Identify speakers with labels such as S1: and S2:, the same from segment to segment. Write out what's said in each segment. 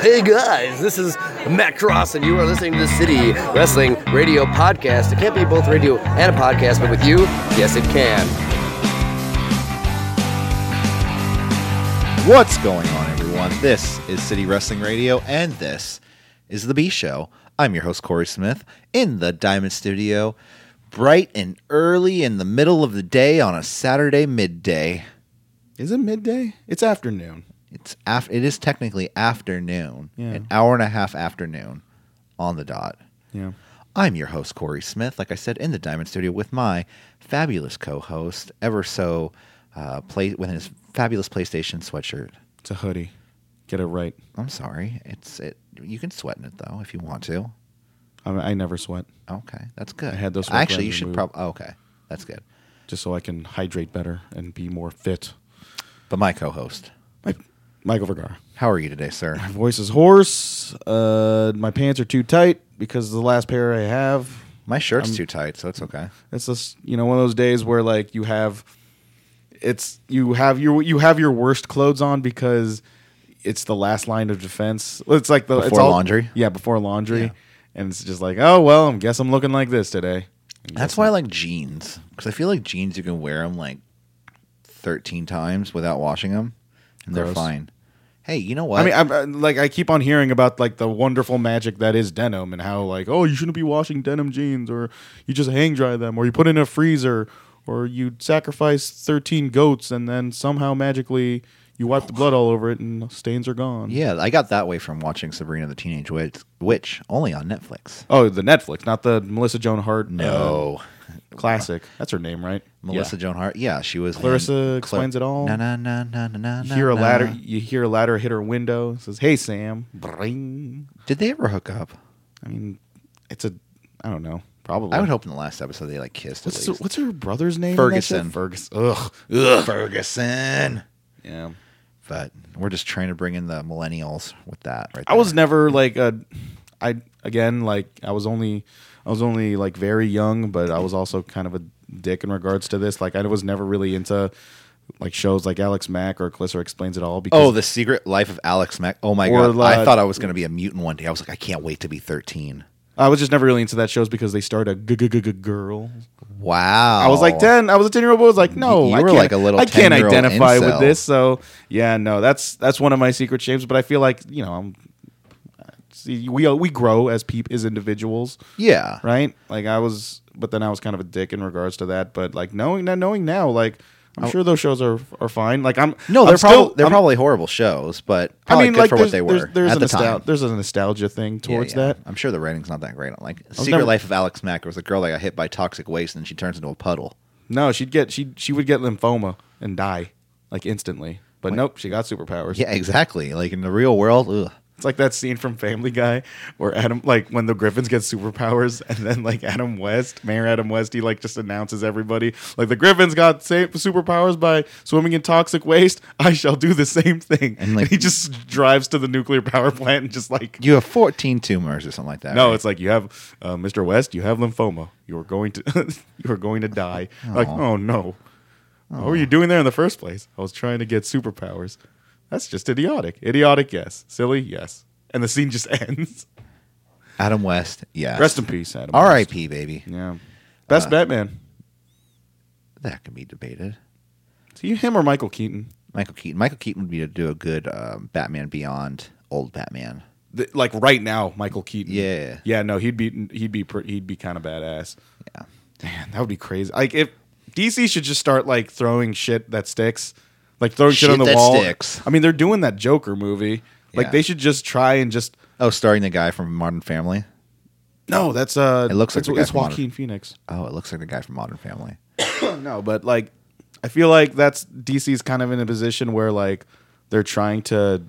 S1: Hey guys, this is Matt Cross, and you are listening to the City Wrestling Radio Podcast. It can't be both radio and a podcast, but with you, yes, it can.
S2: What's going on, everyone? This is City Wrestling Radio, and this is The B Show. I'm your host, Corey Smith, in the Diamond Studio, bright and early in the middle of the day on a Saturday midday.
S3: Is it midday? It's afternoon.
S2: It's af- It is technically afternoon,
S3: Yeah.
S2: an hour and a half afternoon on the dot.
S3: Yeah.
S2: I'm your host, Corey Smith, like I said, in the Diamond Studio with my fabulous co host, ever so uh, play with his fabulous PlayStation sweatshirt.
S3: It's a hoodie. Get it right.
S2: I'm sorry. It's it. You can sweat in it though if you want to.
S3: I, I never sweat
S2: Okay, that's good.
S3: I had those sweat
S2: Actually, you
S3: glands
S2: should
S3: removed.
S2: probably. okay, that's good.
S3: just so I can hydrate better and be more fit.
S2: But my co-host,
S3: My, Michael Vergara.
S2: how are you today, sir?
S3: My voice is hoarse. Uh, my pants are too tight because the last pair I have.
S2: My shirt's too tight, so it's okay.
S3: It's just you know one of those days where like you have, it's you have your you have your worst clothes on because it's the last line of defense. It's like the it's
S2: Before
S3: all-
S2: laundry?
S3: Yeah, before laundry, and it's just like oh well, I guess I'm looking like this today.
S2: That's why I like jeans because I feel like jeans you can wear them like thirteen times without washing them, and they're
S3: Gross.
S2: fine. Hey, you know what?
S3: I mean, I'm, uh, like I keep on hearing about like the wonderful magic that is denim and how like oh you shouldn't be washing denim jeans or you just hang dry them or you put in a freezer or you sacrifice 13 goats and then somehow magically you wipe the blood all over it and stains are gone.
S2: yeah, I got that way from watching Sabrina the Teenage Witch, Witch only on Netflix.
S3: Oh, the Netflix, not the Melissa Joan Hart. uh,
S2: No.
S3: classic. That's her name, right?
S2: Melissa Joan Hart, yeah, she was
S3: Clarissa
S2: in-
S3: Explains It All.
S2: Na na na na na
S3: You
S2: na.
S3: hear a
S2: na.
S3: ladder. You hear a ladder hit her window. It says, "Hey, Sam." Bring.
S2: Did they ever hook up?
S3: I mean, it's a. I don't know. Probably.
S2: I would hope in the last episode they like kissed.
S3: What's
S2: at
S3: her,
S2: least.
S3: what's her brother's name? in that shit?
S2: Ferguson.
S3: Ferguson. Ugh.
S2: Ferguson?
S3: Yeah.
S2: But we're just trying to bring in the millennials with that, right?
S3: I
S2: there.
S3: was never like a I again like I was only I was only like very young, but I was also kind of a dick in regards to this. Like I was never really into like shows like Alex Mack or Calissa explains it all because
S2: Oh, the secret life of Alex Mack. Oh my
S3: Or
S2: god! I
S3: like-
S2: thought I was going to be a mutant one day. I was like, I can't wait to be thirteen.
S3: I was just never really into that shows because they start a g- g- g- g- girl.
S2: Wow!
S3: I was like ten. I was a ten year old. boy. I was like, no,
S2: Oh. You
S3: I
S2: were
S3: can't-
S2: like a little
S3: I can't
S2: 10-year-old
S3: identify
S2: incel.
S3: with this. So yeah, no, that's that's one of my secret shames. But I feel like you know, I'm see, we uh, we grow as peep as individuals.
S2: Yeah.
S3: right? Like I was, but then I was kind of a dick in regards to that. But like knowing now, knowing now, like I'm sure those shows are are fine. Like I'm
S2: Oh. No, they're
S3: I'm still-
S2: probably they're
S3: I'm-
S2: probably horrible shows, but
S3: I
S2: probably
S3: mean,
S2: good
S3: like
S2: for
S3: there's,
S2: what they were
S3: there's, there's
S2: at
S3: a
S2: the
S3: nostal-
S2: time.
S3: There's a nostalgia thing
S2: Yeah,
S3: towards
S2: yeah.
S3: that.
S2: I'm sure the rating's not that great. on Like
S3: was
S2: Secret
S3: never-
S2: Life of Alex Mack was a girl that got hit by toxic waste and then she turns into a puddle.
S3: No, she'd get she she would get lymphoma and die like instantly. But nope, she got superpowers.
S2: Yeah, exactly. Like in the real world, ugh.
S3: It's like that scene from Family Guy where Adam, like when the Griffins get superpowers, and then like Adam West, Mayor Adam West, he like just announces everybody, like the Griffins got sa- superpowers by swimming in toxic waste. I shall do the same thing.
S2: And,
S3: And,
S2: like-
S3: he just drives to the nuclear power plant and just like,
S2: you have 14 tumors or something like that.
S3: no,
S2: right?
S3: it's like you have uh, Mr. West, you have lymphoma. You are going to, you are going to die. Like, oh no, what were you doing there in the first place? I was trying to get superpowers. That's just idiotic. Idiotic, yes. Silly, yes. And the scene just ends.
S2: Adam West. Yeah.
S3: Rest in peace, Adam. West. Uh,
S2: R.I.P. Baby.
S3: Yeah. Best Batman.
S2: That can be debated.
S3: Is he him or Michael Keaton?
S2: Michael Keaton. Michael Keaton would be to do a good um, Batman Beyond old Batman.
S3: The- like right now, Michael Keaton.
S2: Yeah.
S3: Yeah. No, he'd be he'd be pre- he'd be kind of badass.
S2: Yeah.
S3: Man, that would be crazy. Like if DC should just start like throwing shit that sticks, like throwing
S2: Shit
S3: shit, on the
S2: that
S3: wall.
S2: sticks.
S3: I mean, they're doing that Joker movie.
S2: Yeah.
S3: Like they should just try and just
S2: Oh, starring the guy from Modern Family.
S3: no. That's uh.
S2: It looks like
S3: it's,
S2: the guy
S3: it's
S2: from Modern-
S3: Joaquin Phoenix.
S2: Oh, it looks like the guy from Modern Family.
S3: no, but like I feel like that's DC's kind of in a position where like they're trying to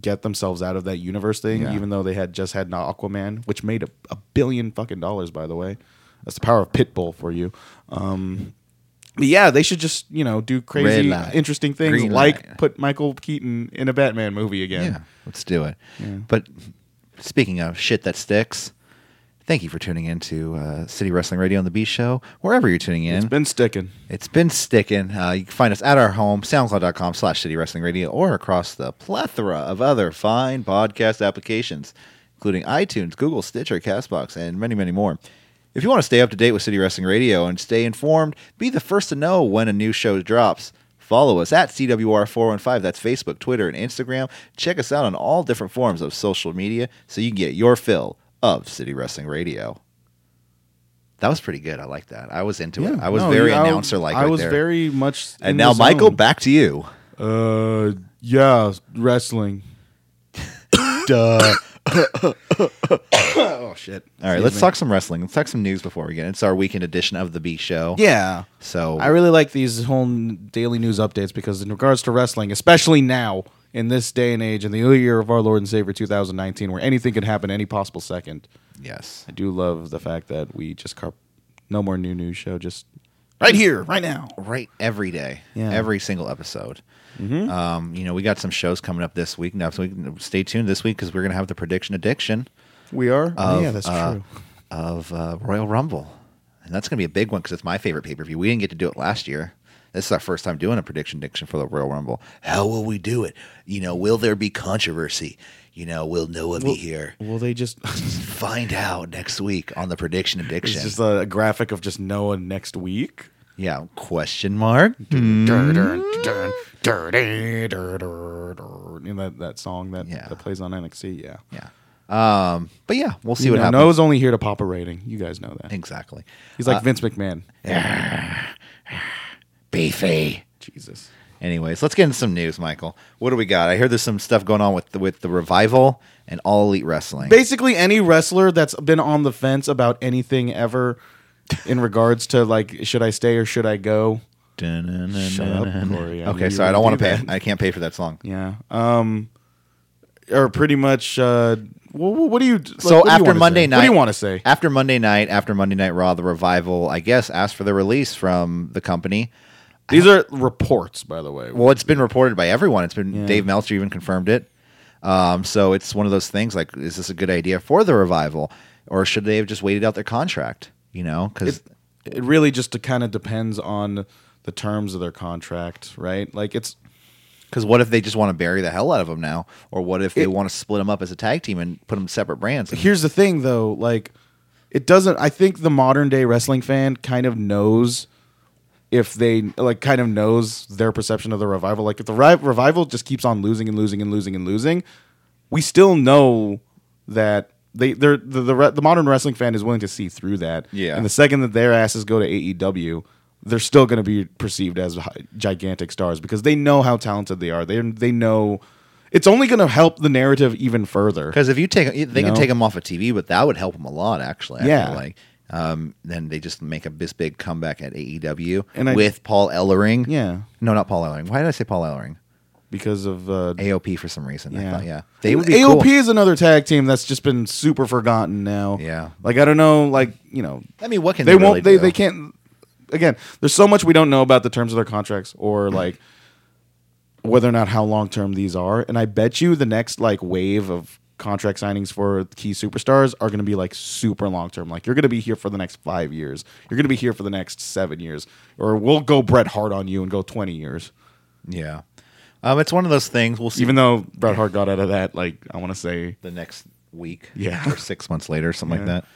S3: get themselves out of that universe thing,
S2: Yeah.
S3: even though they had just had Aquaman, which made a, a billion fucking dollars, by the way. That's the power of Pitbull for you. Um, but yeah, they should just you know do
S2: Red
S3: crazy,
S2: light,
S3: interesting things
S2: green
S3: like
S2: light.
S3: put Michael Keaton in a Batman movie
S2: Yeah.
S3: again.
S2: Let's do it. But speaking of shit that sticks, Thank you for tuning in to uh, City Wrestling Radio on the B Show, wherever you're tuning in.
S3: It's been sticking.
S2: It's been sticking. Uh, you can find us at our home, soundcloud.com slash city wrestling radio, or across the plethora of other fine podcast applications, including iTunes, Google, Stitcher, Castbox, and many, many more. If you want to stay up to date with City Wrestling Radio and stay informed, be the first to know when a new show drops. Follow us at CWR415. That's Facebook, Twitter, and Instagram. Check us out on all different forms of social media so you can get your fill of City Wrestling Radio. That was pretty good. I like that. I was into it. I was
S3: No,
S2: very
S3: you- I-
S2: announcer like.
S3: I
S2: right
S3: was
S2: there.
S3: very much. in
S2: And
S3: the
S2: now, Michael,
S3: zone.
S2: back to you.
S3: Uh, yeah, wrestling.
S2: Duh. oh shit! All right,
S3: Excuse
S2: let's
S3: me.
S2: talk some wrestling. Let's talk some news before we get. It's our weekend edition of the B Show.
S3: Yeah.
S2: So
S3: I really like these whole daily news updates because, in regards to wrestling, especially now in this day and age, in the new year of our Lord and Savior 2019, where anything can happen any possible second,
S2: yes,
S3: I do love the fact that we just carp no more new news show, just right here, right now.
S2: right every day,
S3: Yeah. Mm-hmm.
S2: every single episode. Um, you know, we got some shows coming up this week. Now, so we can stay tuned this week because we're gonna have the prediction addiction
S3: We are.
S2: of
S3: Oh yeah, that's
S2: uh,
S3: true.
S2: of uh, Royal Rumble, and that's gonna be a big one because it's my favorite pay per view. We didn't get to do it last year. This is our first time doing a prediction diction for the Royal Rumble. How will we do it? You know, will there be controversy? You know, will Noah be here?
S3: Well, they just it's
S2: Find out next week on the prediction addiction.
S3: just a graphic of just Noah next week.
S2: yeah, question mark.
S3: Mm-hmm. You know that, that song that,
S2: Yeah.
S3: that plays on NXT, yeah.
S2: Yeah. Um, but yeah, we'll see
S3: You
S2: what
S3: know,
S2: happens. Uh,
S3: Noah's only here to pop a rating. You guys know that.
S2: Exactly.
S3: He's like Vince McMahon.
S2: Beefy.
S3: Jesus.
S2: Anyways, let's get into some news, Michael. What do we got? I hear there's some stuff going on with the, with the revival and all elite wrestling.
S3: Basically, any wrestler that's been on the fence about anything ever in regards to like, should I stay or should I go? Shut up, Corey. I knew
S2: Okay,
S3: you
S2: sorry. I
S3: were
S2: don't want to
S3: gonna
S2: pay. I can't pay for that song.
S3: Yeah. Um, or pretty much. Uh, wha- wha- what do you? like,
S2: so
S3: what do you
S2: after
S3: wanna
S2: Monday
S3: say?
S2: night,
S3: what do you want to say?
S2: After Monday night, after Monday Night Raw, the revival, I guess, asked for the release from the company.
S3: These are reports, by the way.
S2: Well, it's been reported by everyone. It's been
S3: Yeah.
S2: Dave Meltzer even confirmed it. Um, so it's one of those things like, is this a good idea for the revival, or should they have just waited out their contract? You know, because
S3: it really just kind of depends on the terms of their contract, right? Like it's
S2: what if they just want to bury the hell out of them now, or what if they
S3: It-
S2: want to split them up as a tag team and put them separate brands? And-
S3: here's the thing though, like it doesn't I think the modern day wrestling fan kind of knows if they like kind of knows their perception of the revival. Like if the ri- revival just keeps on losing and losing and losing and losing, we still know that they they're the the, re- the modern wrestling fan is willing to see through that.
S2: Yeah.
S3: And the second that their asses go to AEW, they're still going to be perceived as hi- gigantic stars because they know how talented they are. They they know it's only going to help the narrative even further.
S2: Because if you take, they can
S3: No.
S2: take them off of TV, but that would help them a lot, actually. I feel
S3: Yeah.
S2: like um, then they just make a this big comeback at AEW
S3: And I-
S2: with Paul Ellering.
S3: Yeah.
S2: no, not Paul Ellering. Why did I say Paul Ellering?
S3: because of uh,
S2: AOP for some reason. I
S3: yeah,
S2: thought, yeah, they would be
S3: AOP
S2: cool.
S3: is another tag team that's just been super forgotten now.
S2: Yeah.
S3: like I don't know, like you know,
S2: I mean, what can
S3: they,
S2: they,
S3: won't,
S2: really
S3: they they
S2: do?
S3: can't. Again, there's so much we don't know about the terms of their contracts or like whether or not how long term these are. And I bet you the next like wave of contract signings for key superstars are going to be like super long term. Like you're going to be here for the next five years. You're going to be here for the next seven years, or we'll go Bret Hart on you and go twenty years.
S2: Yeah, um, it's one of those things. We'll see.
S3: Even though Bret Hart got out of that, like I want to say
S2: the next week,
S3: Yeah.
S2: or six months later, something
S3: Yeah.
S2: like that.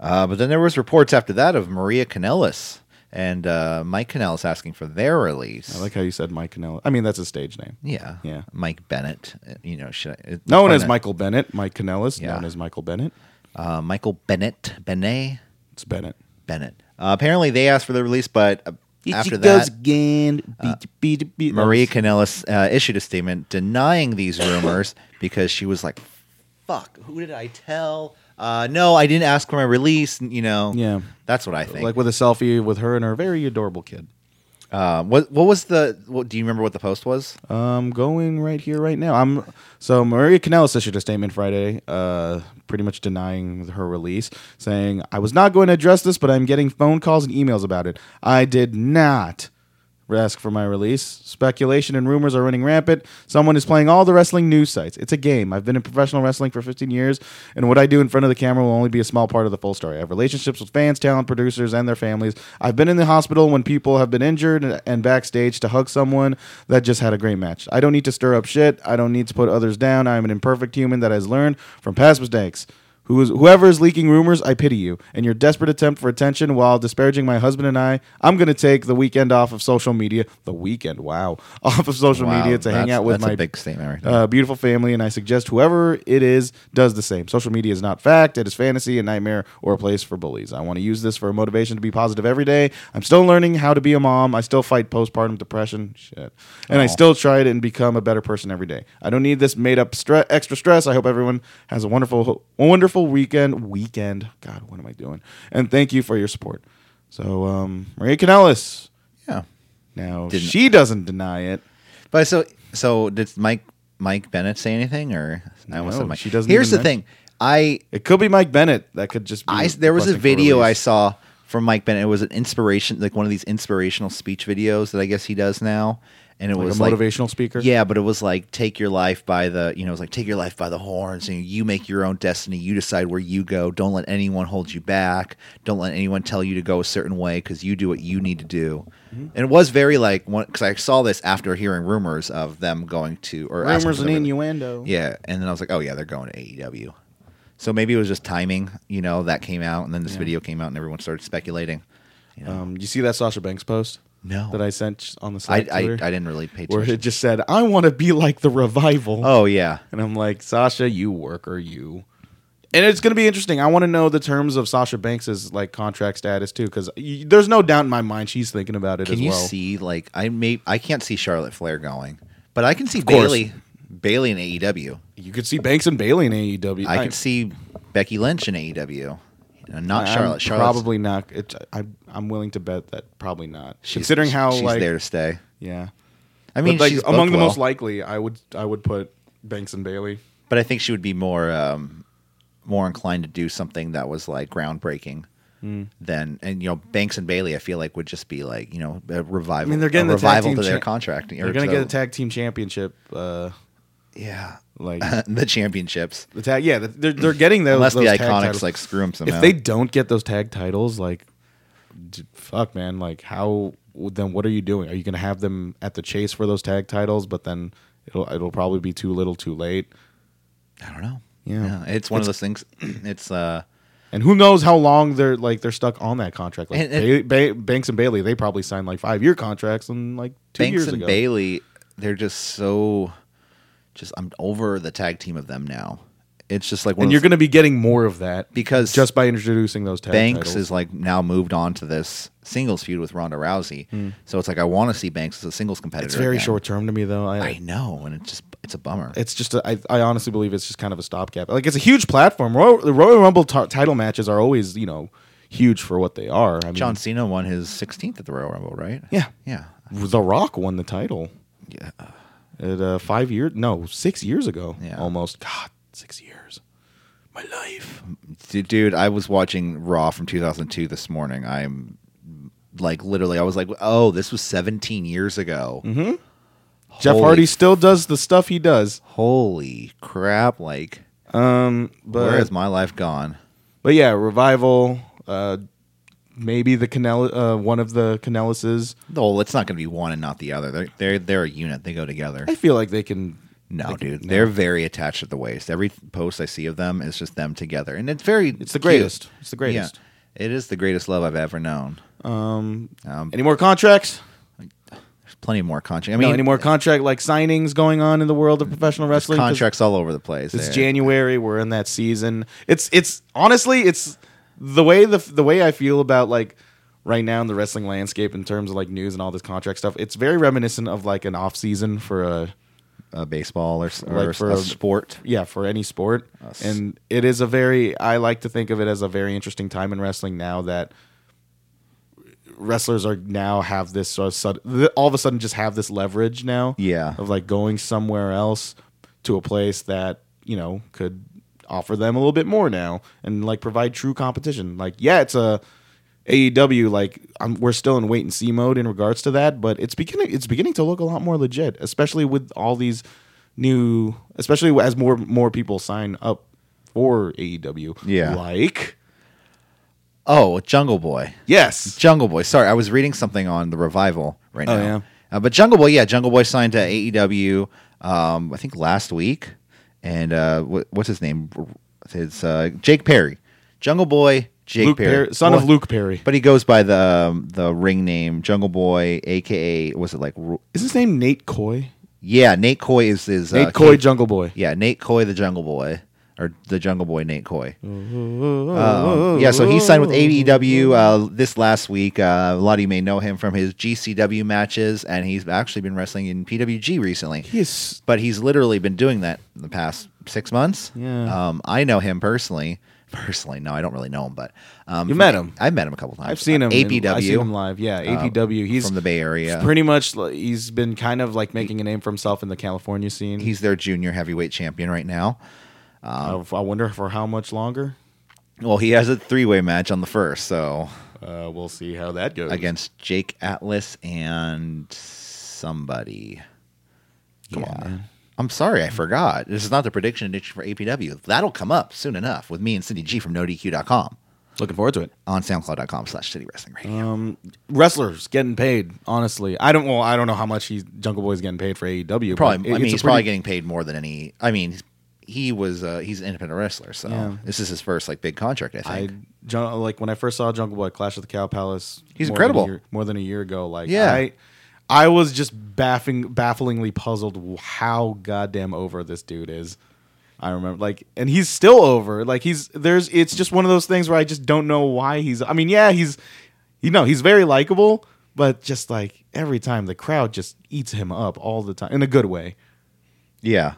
S2: Uh, but then there was reports after that of Maria Kanellis and uh, Mike Kanellis asking for their release.
S3: I like how you said Mike Kanellis. I mean, that's his stage name.
S2: yeah,
S3: Yeah.
S2: Mike Bennett. uh, You know, should I, it-
S3: Known
S2: fun
S3: as
S2: that-
S3: Michael Bennett, Mike Kanellis,
S2: Yeah.
S3: known as Michael Bennett.
S2: uh, Michael Bennett, Benet,
S3: It's Bennett.
S2: Bennett. Uh, apparently, they asked for the release, but uh, after that, uh,
S3: again.
S2: Maria Kanellis uh, issued a statement denying these rumors because she was like, "Fuck, who did I tell? Uh, no, I didn't ask for my release." You know,
S3: Yeah.
S2: that's what I think.
S3: Like with a selfie with her and her very adorable kid.
S2: Uh, what what was the? What, do you remember what the post was?
S3: Um, going right here, right now. I'm so Maria Canellis issued a statement Friday, uh, pretty much denying her release, saying, "I was not going to address this, but I'm getting phone calls and emails about it. I did not ask for my release. Speculation and rumors are running rampant. Someone is playing all the wrestling news sites. It's a game. I've been in professional wrestling for 15 years, and what I do in front of the camera will only be a small part of the full story. I have relationships with fans, talent, producers, and their families. I've been in the hospital when people have been injured and- and backstage to hug someone that just had a great match. I don't need to stir up shit. I don't need to put others down. I am an imperfect human that has learned from past mistakes. Who is, whoever is leaking rumors, I pity you. And your desperate attempt for attention while disparaging my husband and I, I'm going to take the weekend off of social media. The weekend, wow. Off of social
S2: Wow,
S3: media to hang
S2: that's-
S3: out with
S2: that's
S3: my
S2: a big statement right there.
S3: uh, beautiful family, and I suggest whoever it is does the same. Social media is not fact; it is fantasy, a nightmare, or a place for bullies. I want to use this for a motivation to be positive every day. I'm still learning how to be a mom. I still fight postpartum depression, shit, and I still try it and become a better person every day. I don't need this made up stre- extra stress. I hope everyone has a wonderful, wonderful weekend. Weekend, God, what am I doing? And thank you for your support. So, um, Maria Canellis.
S2: yeah.
S3: Now
S2: Didn't-
S3: she doesn't deny it.
S2: But so so did Mike Mike Bennett say anything or I almost
S3: No,
S2: said Mike.
S3: she doesn't
S2: Here's
S3: even
S2: the
S3: mention-
S2: thing. I
S3: It could be Mike Bennett. That could just be.
S2: I there was a
S3: requesting for
S2: video I
S3: release.
S2: saw from Mike Bennett. It was an inspiration like one of these inspirational speech videos that I guess he does now. And it
S3: like
S2: was
S3: a
S2: like
S3: motivational speaker.
S2: Yeah, but it was like take your life by the you know, it was like take your life by the horns and you make your own destiny. You decide where you go. Don't let anyone hold you back. Don't let anyone tell you to go a certain way because you do what you need to do. And it was very like because I saw this after hearing rumors of them going to or asking
S3: rumors
S2: for
S3: and
S2: the-
S3: innuendo.
S2: Yeah, and then I was like, oh yeah, they're going to AEW. So maybe it was just timing, you know, that came out, and then this video came out, and everyone started speculating. You know,
S3: Um, you see that Sasha Banks post?
S2: No.
S3: That I sent on the
S2: I,
S3: side.
S2: I I didn't really pay
S3: Where
S2: attention.
S3: it just said, "I want to be like the revival."
S2: Oh yeah,
S3: And I'm like, Sasha, you worker, you. And it's going to be interesting. I want to know the terms of Sasha Banks's like contract status too, because there's no doubt in my mind she's thinking about it
S2: Can
S3: as
S2: you
S3: well.
S2: see like I may I can't see Charlotte Flair going, but I can see
S3: course.
S2: Bailey Bailey in AEW.
S3: you could see Banks and Bailey in E AEW.
S2: I, can see Becky Lynch in AEW. You know, Uh, not
S3: I'm
S2: Charlotte. Charlotte's
S3: Probably not. It, I, I'm willing to bet that probably not.
S2: she's-
S3: Considering how
S2: she's
S3: like
S2: there to stay.
S3: yeah,
S2: I mean,
S3: But, like
S2: she's booked
S3: among the
S2: well,
S3: most likely, I would I would put Banks and Bailey.
S2: but I think she would be more um, more inclined to do something that was like groundbreaking.
S3: Hmm.
S2: than and you know Banks and Bailey, I feel like would just be like you know a revival.
S3: I mean, they're getting
S2: a
S3: the tag
S2: revival
S3: team
S2: to their
S3: cha-
S2: contract.
S3: You're gonna get a tag team championship, uh,
S2: yeah,
S3: like
S2: the championships.
S3: the tag. Yeah, they're they're getting those.
S2: Unless
S3: those
S2: the
S3: tag
S2: Iconics
S3: titles.
S2: like screw them somehow.
S3: if they don't get those tag titles, like, d- fuck, man, like how then what are you doing? Are you gonna have them at the chase for those tag titles? But then it'll it'll probably be too little, too late.
S2: I don't know.
S3: Yeah.
S2: it's one of those things. It's uh,
S3: And who knows how long they're like they're stuck on that contract? Like
S2: And- and-
S3: Ba- Ba- Banks and Bailey, they probably signed like five year contracts and like two
S2: Banks
S3: years
S2: and
S3: ago.
S2: Bailey. They're just so, just I'm over the tag team of them now. It's just like one
S3: and
S2: of
S3: you're
S2: those-
S3: going to be getting more of that
S2: because
S3: just by introducing those tag
S2: Banks
S3: titles.
S2: is like now moved on to this singles feud with Ronda Rousey. So it's like I want to see Banks as a singles competitor.
S3: Hmm. it's very
S2: again.
S3: short term to me though. I,
S2: I know, and it's just it's a bummer.
S3: it's just a, I, I honestly believe it's just kind of a stopgap. Like it's a huge platform. Royal, the Royal Rumble t- title matches are always you know huge for what they are. I mean,
S2: John Cena won his 16th at the Royal Rumble, right?
S3: Yeah.
S2: yeah.
S3: The Rock won the title.
S2: Yeah.
S3: At uh, five years, no, six years ago,
S2: Yeah.
S3: almost. God, six years. My life.
S2: D- dude i was watching raw from 2002 this morning i'm like literally i was like oh this was 17 years ago mm-hmm.
S3: Jeff Hardy still does the stuff he does.
S2: holy crap like
S3: Um, but
S2: where has my life gone
S3: But yeah, revival. Uh, maybe the Canel, uh, one of the Canellises.
S2: no it's not going to be one and not the other they're they're, they're a unit they go together
S3: I feel like they can.
S2: no
S3: like,
S2: dude
S3: no.
S2: they're very attached at the waist every post i see of them is just them together and it's very
S3: It's the greatest. It's the greatest.
S2: yeah, it is the greatest love i've ever known
S3: Um,
S2: um,
S3: any more contracts?
S2: there's plenty more contracts i
S3: No,
S2: mean
S3: any more contract like signings going on in the world of professional wrestling? 'Cause
S2: contracts all over the place
S3: It's
S2: there.
S3: January. We're in that season. It's it's honestly it's the way the the way I feel about like right now in the wrestling landscape in terms of like news and all this contract stuff. It's very reminiscent of like an off season for a
S2: a baseball or, s- or
S3: Like
S2: s-
S3: for
S2: a
S3: a-
S2: sport.
S3: yeah for any sport
S2: Us.
S3: and it is a very i like to think of it as a very interesting time in wrestling now that wrestlers are now have this sort of sud- th- all of a sudden just have this leverage now
S2: Yeah.
S3: of like going somewhere else to a place that you know could offer them a little bit more now and like provide true competition like yeah it's a AEW, like I'm, we're still in wait and see mode in regards to that, but it's beginning it's beginning to look a lot more legit, especially with all these new, especially as more more people sign up for AEW.
S2: Yeah.
S3: like
S2: Oh, Jungle Boy.
S3: yes,
S2: Jungle Boy. Sorry, I was reading something on the revival right now.
S3: Oh, yeah.
S2: Uh, but Jungle Boy, yeah, Jungle Boy signed to AEW. Um, I think last week, and uh, what, what's his name? It's uh, Jake Perry. Jungle Boy, Jake
S3: Luke
S2: Perry,
S3: Perry, son
S2: Well,
S3: of Luke Perry.
S2: But he goes by the um, the ring name Jungle Boy, aka was it like Ru-
S3: Is his name Nate Coy?
S2: yeah? Nate Coy is his uh,
S3: Nate Coy,
S2: kid-
S3: Jungle Boy.
S2: yeah, Nate Coy, the Jungle Boy, or the Jungle Boy, Nate Coy. Um, yeah, so he signed with AEW uh, this last week. Uh, a lot of you may know him from his GCW matches, and he's actually been wrestling in PWG recently.
S3: He is
S2: But he's literally been doing that in the past six months.
S3: Yeah.
S2: Um, I know him personally. Personally, no, I don't really know him, but um,
S3: You met him.
S2: I've met him a couple times.
S3: I've seen him. in-
S2: APW
S3: I've seen him live. Yeah, APW. he's
S2: from the Bay Area.
S3: Pretty much, like, he's been kind of like making a name for himself in the California scene.
S2: he's their junior heavyweight champion right now.
S3: I, I wonder for how much longer.
S2: Well, he has a three-way match on the first, so
S3: Uh, we'll see how that goes.
S2: against Jake Atlas and somebody. Come on. I'm sorry, I forgot. This is not the prediction edition for APW. That'll come up soon enough with me and Cindy G from NoDQ.com
S3: looking forward to it.
S2: on SoundCloud.com slash City Wrestling
S3: Uh,
S2: Radio.
S3: Um, Wrestlers getting paid. Honestly, I don't. Well, I don't know how much he's Jungle Boy's getting paid for AEW. but
S2: probably,
S3: it-
S2: I mean,
S3: it's a
S2: he's probably
S3: pretty-
S2: getting paid more than any. I mean, he's- he was uh, he's an independent wrestler, so
S3: Yeah.
S2: this is his first like big contract. I
S3: I
S2: think
S3: Jun- like when I first saw Jungle Boy Clash of the Cow Palace.
S2: He's
S3: more than a
S2: incredible.
S3: year- more than a year ago, like
S2: Yeah.
S3: I, I was just baffling, bafflingly puzzled how goddamn over this dude is. I remember, like, and he's still over. Like he's there's. It's just one of those things where I just don't know why he's. I mean, yeah, he's, you know, he's very likable, but just like every time the crowd just eats him up all the time in a good way.
S2: yeah.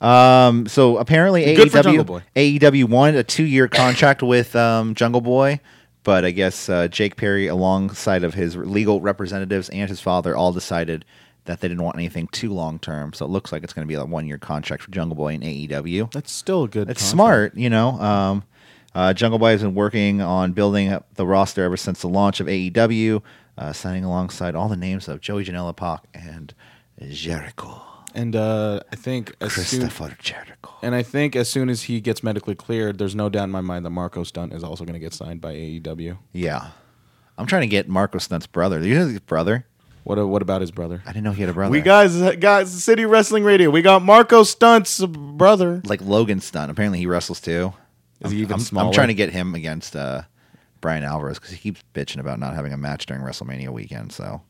S2: Um, so apparently
S3: Good for Jungle
S2: AEW
S3: Boy.
S2: AEW wanted a two year contract with um, Jungle Boy, but I guess uh, Jake Perry, alongside of his legal representatives and his father, all decided that they didn't want anything too long term. So it looks like it's going to be a one year contract for Jungle Boy and AEW.
S3: That's still a good.
S2: It's
S3: contract.
S2: smart, you know. Um, uh, Jungle Boy has been working on building up the roster ever since the launch of AEW, uh, signing alongside all the names of Joey Janela Pac and Jericho,
S3: And uh, I think as soon,
S2: Christopher Jericho.
S3: And I think as soon as he gets medically cleared, there's no doubt in my mind that Marco Stunt is also going to get signed by E AEW.
S2: Yeah. I'm trying to get Marco Stunt's brother. Do you know his brother?
S3: What uh, what about his brother?
S2: I didn't know he had a brother.
S3: We guys guys City Wrestling Radio. We got Marco Stunt's brother.
S2: like Logan Stunt. Apparently he wrestles too.
S3: Is he
S2: I'm-
S3: even
S2: I'm, I'm
S3: smaller?
S2: trying to get him against uh, Brian Alvarez because he keeps bitching about not having a match during WrestleMania weekend. So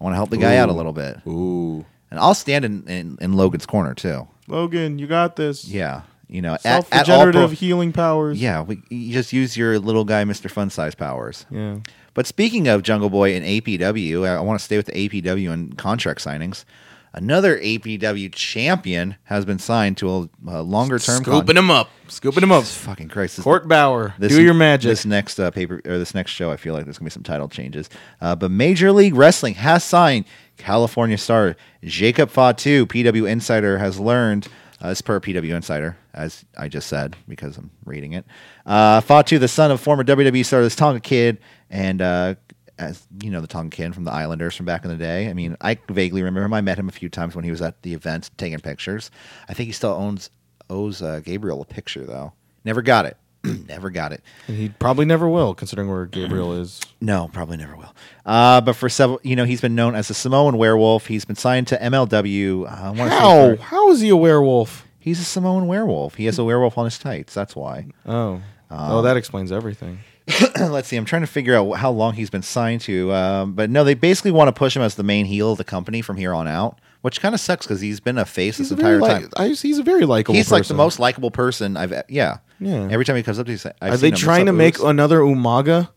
S2: I want to help the guy out a little bit.
S3: Ooh,
S2: And I'll stand in, in, in Logan's corner too.
S3: Logan, you got this.
S2: Yeah. You know, at, at all
S3: Self-regenerative
S2: pro-
S3: healing powers.
S2: Yeah, we, you just use your little guy, Mr. Fun Size powers.
S3: Yeah.
S2: But speaking of Jungle Boy and APW, I, I want to stay with the APW and contract signings. Another APW champion has been signed to a, a longer term
S3: Scooping him up. Scooping him up.
S2: Fucking Christ! This-
S3: Court Bauer,
S2: this-
S3: do your magic.
S2: This next uh, paper or this next show, I feel like there's gonna be some title changes. Uh, but Major League Wrestling has signed California star Jacob Fatu. PW Insider has learned, uh, as per PW Insider, as I just said because I'm reading it. Uh, Fatu, the son of former WWE star, this Tonga kid, and uh, as you know, the Tonga kid from the Islanders from back in the day. I mean, I vaguely remember him. I met him a few times when he was at the event taking pictures. I think he still owns owes uh, Gabriel a picture though. Never got it. Never got it.
S3: And he probably never will, considering where Gabriel is.
S2: No, probably never will. Uh, but for several, you know, he's been known as the Samoan werewolf. He's been signed to MLW. Uh, I wanna say
S3: How?
S2: for-
S3: How is he a werewolf?
S2: He's a Samoan werewolf. He has a werewolf on his tights. That's why.
S3: Oh,
S2: Uh,
S3: oh, that explains everything.
S2: Let's see. I'm trying to figure out how long he's been signed to. Um, but no, they basically want to push him as the main heel of the company from here on out, which kind of sucks because he's been a face this
S3: He's a very
S2: entire
S3: li-
S2: time.
S3: I, he's a very likable.
S2: He's like the
S3: person.
S2: most likable person I've. e, Yeah.
S3: Yeah.
S2: Every time he comes up to you, I've
S3: Are
S2: seen
S3: they
S2: him with
S3: trying to
S2: some
S3: make
S2: ooze.
S3: another Umaga?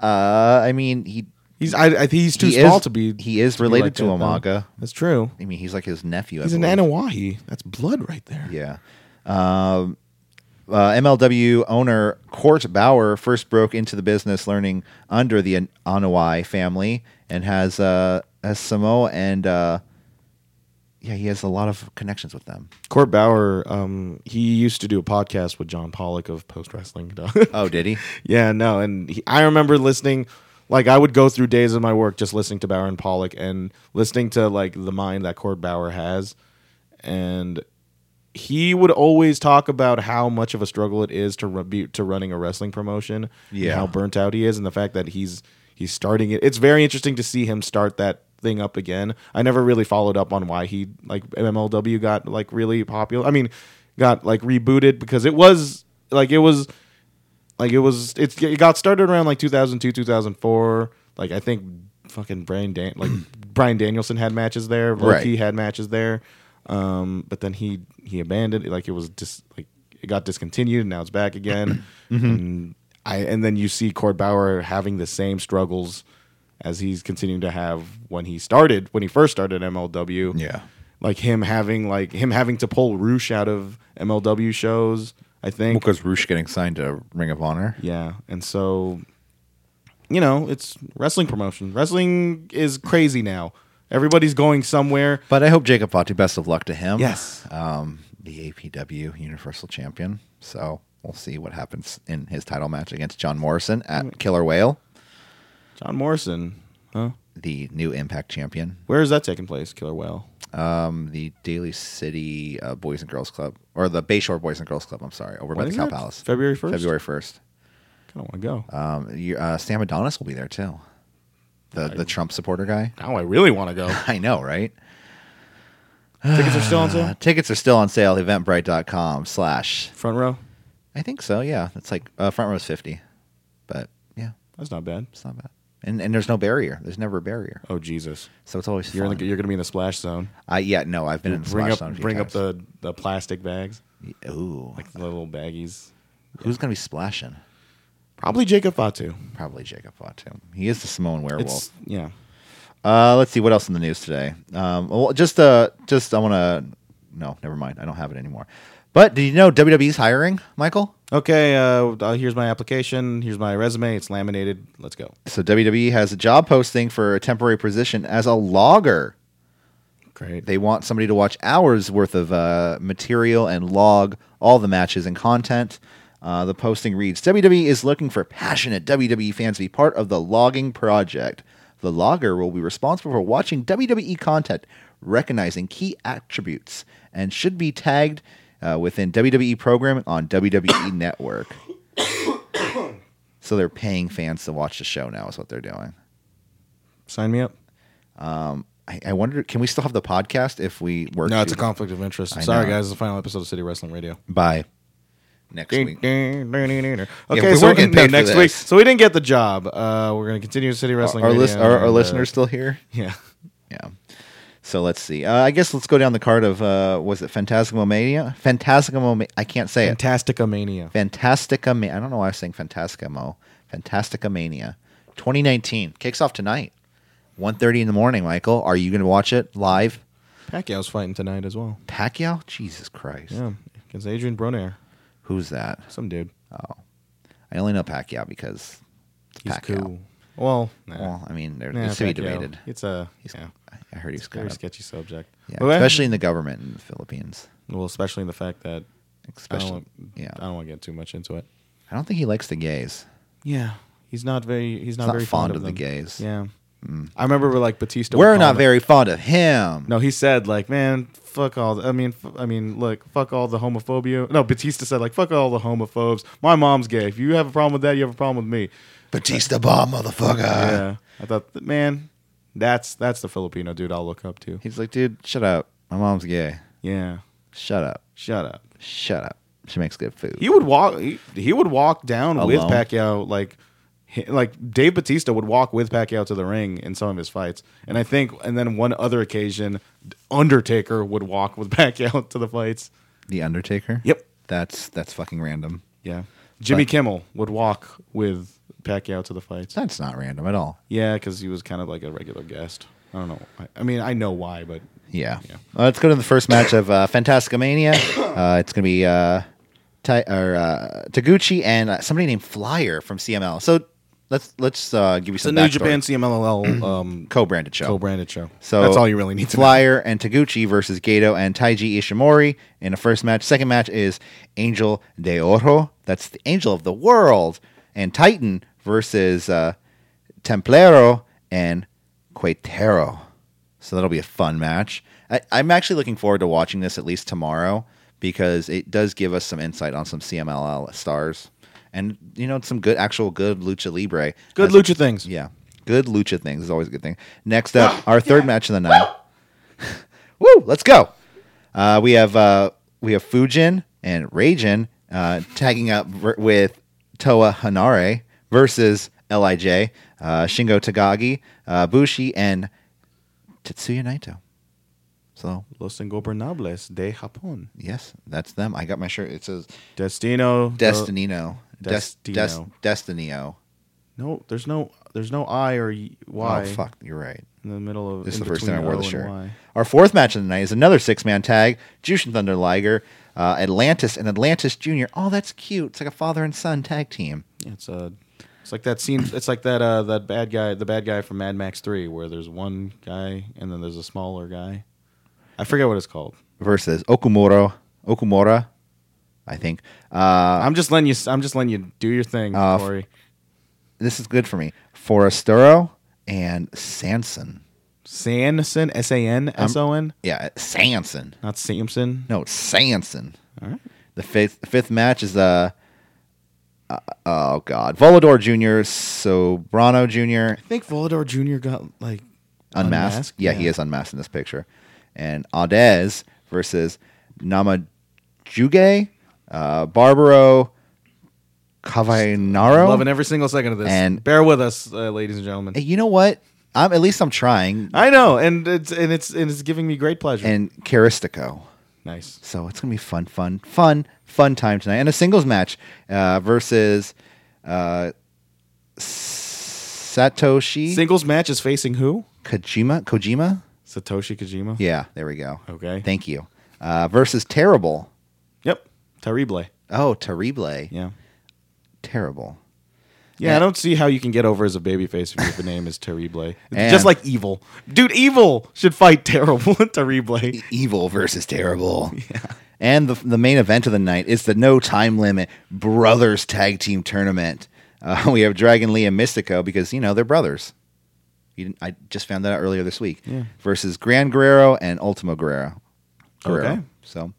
S2: Uh, I mean, he
S3: He's I, I think he's too
S2: He
S3: small
S2: is-
S3: to be.
S2: he is
S3: to be
S2: related
S3: like
S2: to
S3: that, though.
S2: Umaga.
S3: That's true.
S2: I mean, he's like his nephew. I
S3: He's an
S2: believe.
S3: Anawahi. That's blood right there.
S2: Yeah. Um, uh, MLW owner Court Bauer first broke into the business learning under the An- Anoa'i family and has uh, has Samoa and uh, yeah, he has a lot of connections with them.
S3: Court Bauer, um, he used to do a podcast with John Pollock of Post Wrestling.
S2: Oh, did he?
S3: yeah, no, and he, I remember listening. Like I would go through days of my work just listening to Bauer and Pollock and listening to like the mind that Court Bauer has, and he would always talk about how much of a struggle it is to ru- be, to running a wrestling promotion. and
S2: Yeah.
S3: how burnt out he is, and the fact that he's he's starting it. It's very interesting to see him start that thing up again. I never really followed up on why he like MLW got like really popular. I mean, got like rebooted because it was like it was like it was it's it got started around like 2002 2004 like i think fucking brian Dan- like brian danielson had matches there Roki
S2: Right.
S3: had matches there um but then he he abandoned it like it was just like it got discontinued and now it's back again
S2: Mm-hmm.
S3: and i and then you see cord bauer having the same struggles as he's continuing to have when he started when he first started mlw
S2: Yeah.
S3: like him having like him having to pull Roosh out of MLW shows, I think.
S2: Because Roosh getting signed to Ring of Honor.
S3: Yeah, and so you know, it's wrestling promotion. Wrestling is crazy now. Everybody's going somewhere.
S2: But I hope Jacob Fatu, best of luck to him.
S3: Yes.
S2: Um, the APW Universal Champion. So we'll see what happens in his title match against John Morrison at Killer Whale,
S3: John Morrison, huh?
S2: the new Impact Champion.
S3: Where is that taking place? Killer Whale.
S2: Um, the Daly City uh, Boys and Girls Club, or the Bayshore Boys and Girls Club, I'm sorry, over by
S3: When
S2: the
S3: is
S2: Cow
S3: that?
S2: Palace.
S3: February 1st?
S2: February 1st.
S3: Kind of want to go.
S2: Um, you- uh, Sam Adonis will be there too. The, the Trump supporter guy.
S3: now I really want to go.
S2: I know, right?
S3: Tickets are still on
S2: Uh,
S3: sale.
S2: tickets are still on sale. Eventbrite.com slash.
S3: Front row.
S2: I think so. Yeah, it's like uh, front row's fifty, but yeah,
S3: That's not bad.
S2: it's not bad. And and there's no barrier. There's never a barrier,
S3: Oh Jesus!
S2: so it's always
S3: You're in
S2: fun.
S3: the, you're gonna be in the splash zone.
S2: I yeah no, I've been in the
S3: bring
S2: splash
S3: up
S2: zone a few
S3: bring
S2: times.
S3: up the the plastic bags,
S2: ooh.
S3: like the little baggies.
S2: Who's gonna be splashing?
S3: Probably Jacob Fatu.
S2: Probably Jacob Fatu. He is the Samoan werewolf.
S3: It's yeah.
S2: Uh, let's see what else in the news today. Um, well, just uh, just I want to. No, never mind. I don't have it anymore. But did you know WWE's hiring Michael?
S3: Okay, uh, uh, here's my application. Here's my resume. It's laminated. Let's go.
S2: So WWE has a job posting for a temporary position as a logger.
S3: Great.
S2: They want somebody to watch hours worth of uh, material and log all the matches and content. Uh, the posting reads WWE is looking for passionate WWE fans to be part of the logging project. The logger will be responsible for watching WWE content, recognizing key attributes, and should be tagged uh, within WWE programming on WWE Network. So they're paying fans to watch the show now, is what they're doing.
S3: Sign me up.
S2: I, I wonder, can we still have the podcast if we work?
S3: No, it's a
S2: two-
S3: conflict of interest.
S2: I
S3: Sorry,
S2: know.
S3: guys. It's the final episode of City Wrestling Radio.
S2: by next
S3: Okay,
S2: week. we
S3: so
S2: weren't getting
S3: no,
S2: paid for
S3: next
S2: this.
S3: week. So we didn't get the job. Uh, we're gonna continue City Wrestling.
S2: Our,
S3: Radio
S2: list, our,
S3: and,
S2: our
S3: uh,
S2: listeners still here?
S3: Yeah.
S2: Yeah. So let's see. Uh, I guess let's go down the card of uh, was it Phantasmomania? Phantasmomania. I can't say it.
S3: Fantastica Mania.
S2: Fantastica. I don't know why I was saying Fantascamo. Fantastica Mania, 2019 kicks off tonight, 1:30 in the morning. Michael, are you going to watch it live?
S3: Pacquiao's fighting tonight as well.
S2: Pacquiao. Jesus Christ.
S3: Yeah, against Adrian Broner.
S2: Who's that?
S3: Some dude.
S2: I only know Pacquiao because it's
S3: He's
S2: Pacquiao.
S3: cool. Well, nah.
S2: Well, I mean, they're,
S3: Nah,
S2: it's to be
S3: Pacquiao.
S2: debated.
S3: It's a
S2: He's-
S3: yeah,
S2: I heard he's
S3: it's a very
S2: kind of
S3: sketchy subject.
S2: Yeah,
S3: Well,
S2: especially in the government in the Philippines.
S3: Well, especially the fact that
S2: Especially,
S3: I don't, want-
S2: yeah.
S3: I don't want to get too much into it.
S2: I don't think he likes the gays.
S3: Yeah, he's not very. He's not,
S2: not
S3: very
S2: fond
S3: fond,
S2: of the
S3: them.
S2: gays. Mm.
S3: Yeah, I remember we're like Batista. would
S2: We're
S3: call
S2: not
S3: him-
S2: very fond of him.
S3: No, he said like, man, fuck all. The, I mean, f- I mean, look, fuck all the homophobia. No, Batista said like, fuck all the homophobes. My mom's gay. If you have a problem with that, you have a problem with me.
S2: Batista bomb, motherfucker.
S3: yeah, I thought, th- man, that's that's the Filipino dude I'll look up to.
S2: He's like, dude, shut up. My mom's gay.
S3: Yeah,
S2: Shut up.
S3: shut up.
S2: Shut up. She makes good food.
S3: He would walk. He, he would walk down with
S2: Alone?
S3: Pacquiao. Like, hi- like Dave Batista would walk with Pacquiao to the ring in some of his fights. And I think, and then one other occasion, Undertaker would walk with Pacquiao to the fights.
S2: the Undertaker.
S3: Yep.
S2: That's that's fucking random.
S3: Yeah, Jimmy
S2: But-
S3: Kimmel would walk with Pacquiao to the fights.
S2: That's not random at all.
S3: Yeah, because he was kind of like a regular guest. I don't know. I, I mean, I know why, but
S2: Yeah.
S3: Yeah.
S2: Uh, let's go to the first match of uh, Fantascomania. uh, it's going to be uh, Ty- or, uh, Taguchi and uh, somebody named Flyer from CML. So let's let's uh, give you
S3: It's a
S2: some
S3: New
S2: backstory.
S3: Japan CMLL um,
S2: co-branded show.
S3: co-branded show.
S2: So
S3: that's all you really need to know.
S2: Flyer and Taguchi versus Gato and Taiji Ishimori in the first match. Second match is Angel de Oro. That's the Angel of the World. And Titan versus uh, Templero and Cuetero. So that'll be a fun match. I, I'm actually looking forward to watching this at least tomorrow because it does give us some insight on some CMLL stars and you know some good actual good lucha libre.
S3: Good
S2: That's-
S3: lucha things.
S2: yeah. Good lucha things is always a good thing. Next up, our third match of the night. Woo! Let's go. Uh, we have uh, we have Fujin and Raijin uh, tagging up ver- with Toa Hanare versus Lij, uh, Shingo Tagagi, uh, Bushi, and Tetsuya Naito. So
S3: Los Ingobernables de Japón.
S2: yes, that's them. I got my shirt. It says
S3: Destino. Destiny.
S2: Destinino. Des-
S3: Uh, Destino.
S2: Des- Destinio.
S3: no, there's no, there's no I or y- Y
S2: Oh fuck, you're right.
S3: in the middle of.
S2: This is
S3: in
S2: the first
S3: between
S2: time I wore
S3: O
S2: the
S3: and
S2: shirt.
S3: Y.
S2: Our fourth match of the night is another six man tag Jushin Thunder Liger, uh, Atlantis, and Atlantis Jr. Oh, that's cute. It's like a father and son tag team.
S3: It's uh it's like that scene. It's like that uh, that bad guy, the bad guy from Mad Max Three, where there's one guy and then there's a smaller guy. I forget what it's called.
S2: Versus Okumura, Okumura, I think. Uh,
S3: I'm just letting you. I'm just letting you do your thing,
S2: Uh,
S3: Corey.
S2: this is good for me. Forestero and Sanson.
S3: Sanson, S A N S O N,
S2: Yeah, Sanson.
S3: not Samson.
S2: No, it's Sanson.
S3: All right.
S2: The fifth, the fifth match is uh, uh, oh god, Volador Jr., Sobrano Jr.,
S3: I think Volador Jr. got like
S2: unmasked. Yeah, he is unmasked in this picture. And Adez versus Namajuge, uh, Barbaro, Cavanaro.
S3: Loving every single second of this.
S2: And-
S3: And bear with us, uh, ladies and gentlemen.
S2: Hey, you know what? I'm at least I'm trying.
S3: I know, and it's and it's and it's giving me great pleasure.
S2: and Caristico.
S3: nice.
S2: So it's gonna be fun, fun, fun, fun time tonight, and a singles match uh, versus uh, Satoshi
S3: Singles match is facing who?
S2: Kojima. Kojima.
S3: Satoshi Kojima.
S2: Yeah, there we go.
S3: Okay.
S2: Thank you. Uh, versus Terrible.
S3: Yep. Terrible.
S2: Oh, Terrible.
S3: Yeah.
S2: terrible.
S3: Yeah,
S2: Yeah.
S3: I don't see how you can get over as a babyface if your name is Terrible. It's
S2: And-
S3: Just like evil. Dude, evil should fight terrible and Terrible.
S2: Evil versus terrible. And the, the main event of the night is the No Time Limit Brothers Tag Team Tournament. Uh, we have Dragon Lee and Mystico because, you know, they're brothers. You didn't, I just found that out earlier this week.
S3: Yeah.
S2: Versus Gran Guerrero and Ultimo Guerrero. Guerrero.
S3: Okay.
S2: So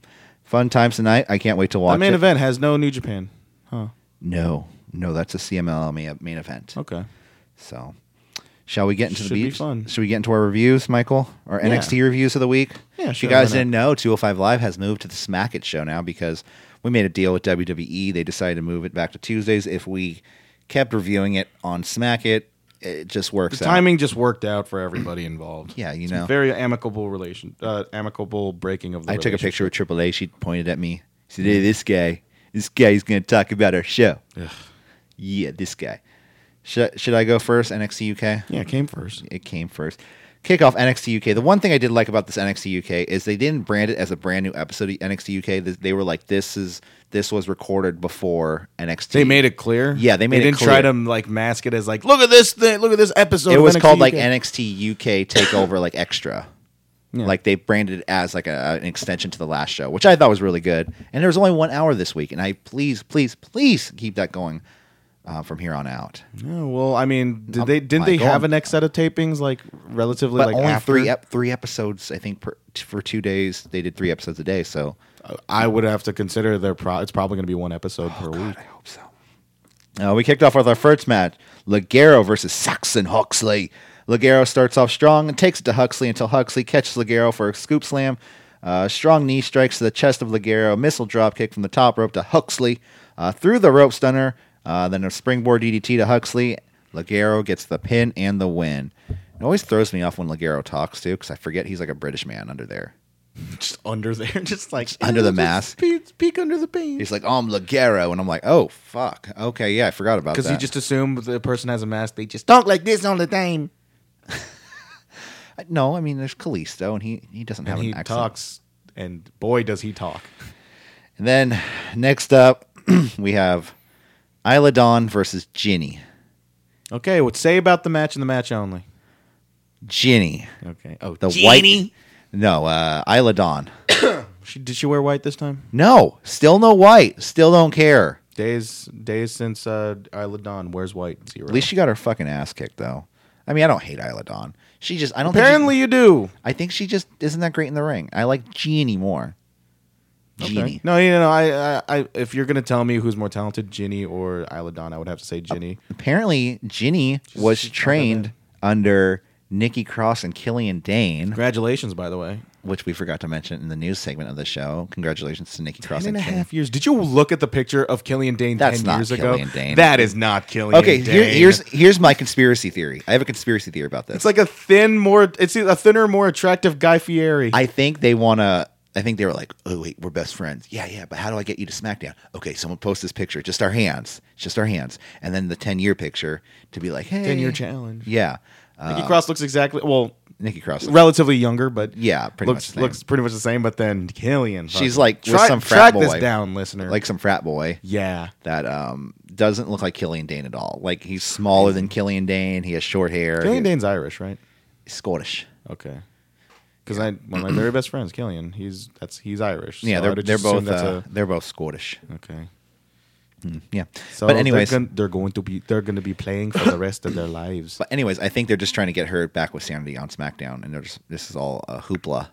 S2: fun times tonight. I can't wait to watch
S3: The main
S2: it.
S3: event has no New Japan. Huh.
S2: No, no, that's a CML ma- main event.
S3: Okay.
S2: So shall we get into
S3: Should
S2: the
S3: be
S2: beach?
S3: fun.
S2: Should we get into our reviews, Michael? Our
S3: Yeah.
S2: NXT reviews of the week?
S3: Yeah,
S2: If
S3: sure,
S2: you guys
S3: why not?
S2: didn't know, 205 Live has moved to the Smack It show now because we made a deal with WWE. They decided to move it back to Tuesdays. If we kept reviewing it on Smack It, it just
S3: The
S2: works out.
S3: timing just worked out for everybody involved.
S2: Yeah, you
S3: It's
S2: know.
S3: Very amicable relation uh, amicable breaking of the
S2: I took a
S3: relationship.
S2: picture with Triple A. She pointed at me. She said, hey, this guy, this guy's going to talk about our show. Yeah, this guy. Should, should I go first, NXT UK?
S3: Yeah, it came first.
S2: it came first. Kickoff NXT UK. The one thing I did like about this NXT UK is they didn't brand it as a brand new episode of NXT UK. They- They were like, "This is this was recorded before NXT."
S3: They made it clear.
S2: Yeah, they made it
S3: didn't
S2: clear.
S3: try to like mask it as like, look at this thing, look at this episode.
S2: it
S3: of
S2: was
S3: NXT
S2: called like
S3: UK.
S2: NXT UK Takeover, like extra.
S3: Yeah.
S2: Like they branded it as like a, an extension to the last show, which I thought was really good. And there was only one hour this week, and I please, please, please keep that going uh, from here on out.
S3: Yeah, well, I mean, did
S2: Um,
S3: they didn't they
S2: Michael,
S3: have a
S2: I'm-
S3: next set of tapings like relatively
S2: But
S3: like
S2: only
S3: after?
S2: three ep- three episodes, I think, per, t- for two days. They did three episodes a day, so
S3: I would have to consider their pro. It's probably going to be one episode per week.
S2: I hope so. Uh, we kicked off with our first match Ligero versus Saxon Huxley. Ligero starts off strong and takes it to Huxley until Huxley catches Ligero for a scoop slam. Uh, strong knee strikes to the chest of Ligero, missile drop kick from the top rope to Huxley uh, through the rope stunner, uh, then a springboard DDT to Huxley. Ligero gets the pin and the win. It always throws me off when Ligero talks too because I forget he's like a British man under there.
S3: Just under there, just like
S2: under the
S3: just
S2: mask.
S3: Peek, peek under the paint.
S2: He's like, oh, I'm Ligero. And I'm like, oh, fuck. Okay, yeah, I forgot about that.
S3: Because you just assume the person has a mask, they just talk like this all the time.
S2: I- No, I mean there's Callisto, and he he doesn't have
S3: And
S2: an
S3: he
S2: accent.
S3: talks, and boy, does he talk!
S2: And then next up, we have Isla Dawn versus Ginny.
S3: Okay, what say about the match and the match only?
S2: Ginny,
S3: Okay. Oh,
S2: the white.
S1: Ginny?
S2: No, uh, Isla Dawn.
S3: she, did she wear white this time?
S2: No, still no white. Still don't care.
S3: Days days since uh, Isla Dawn. Where's white? Zero.
S2: At least she got her fucking ass kicked, though. I mean, I don't hate Isla Dawn. She just, I don't. think she-
S3: Apparently you do.
S2: I think she just isn't that great in the ring. I like Jeannie more. Jeannie.
S3: Okay. No, you know, I, I, I, if you're gonna tell me who's more talented, Ginny or Isla Dawn, I would have to say Ginny.
S2: Apparently, Ginny was trained under Nikki Cross and Killian Dane,
S3: Congratulations, by the way.
S2: which we forgot to mention in the news segment of the show. Congratulations to Nikki Cross
S3: Ten and
S2: and
S3: a
S2: Killian.
S3: half years. Did you look at the picture of Killian Dane
S2: That's
S3: ten
S2: not
S3: years
S2: Killian
S3: ago?
S2: Dane.
S3: That is not Killian.
S2: Okay, here,
S3: Dane.
S2: here's here's my conspiracy theory. I have a conspiracy theory about this.
S3: It's like a thin, more. It's a thinner, more attractive Guy Fieri.
S2: I think they want to. I think they were like, "Oh wait, we're best friends." Yeah, yeah, but how do I get you to SmackDown? Okay, someone post this picture, just our hands, just our hands, and then the ten-year picture to be like, "Hey,
S3: 10-year challenge.
S2: Yeah, uh,
S3: Nikki Cross looks exactly well,
S2: Nikki Cross.
S3: relatively younger, but
S2: Yeah, pretty much
S3: looks
S2: the same.
S3: looks pretty much the same. But then Killian,
S2: She's
S3: fucking-
S2: like with
S3: track,
S2: some frat
S3: track this
S2: boy.
S3: down, listener.
S2: like some frat boy
S3: yeah,
S2: that um doesn't look like Killian Dane at all. Like he's smaller than Killian Dane. He has short hair.
S3: Killian
S2: He's
S3: Dane's Irish, right?
S2: Scottish.
S3: Okay. Because I one of my very best friends, Killian, he's that's he's Irish.
S2: Yeah,
S3: so I
S2: they're
S3: would
S2: they're
S3: assume
S2: both
S3: that's
S2: uh, they're both Scottish.
S3: a, okay.
S2: Yeah.
S3: So
S2: but anyways,
S3: they're, gon- they're going to be they're going to be playing for the rest of their lives.
S2: But anyways, I think they're just trying to get her back with Sanity on SmackDown, and they're just, this is all a hoopla.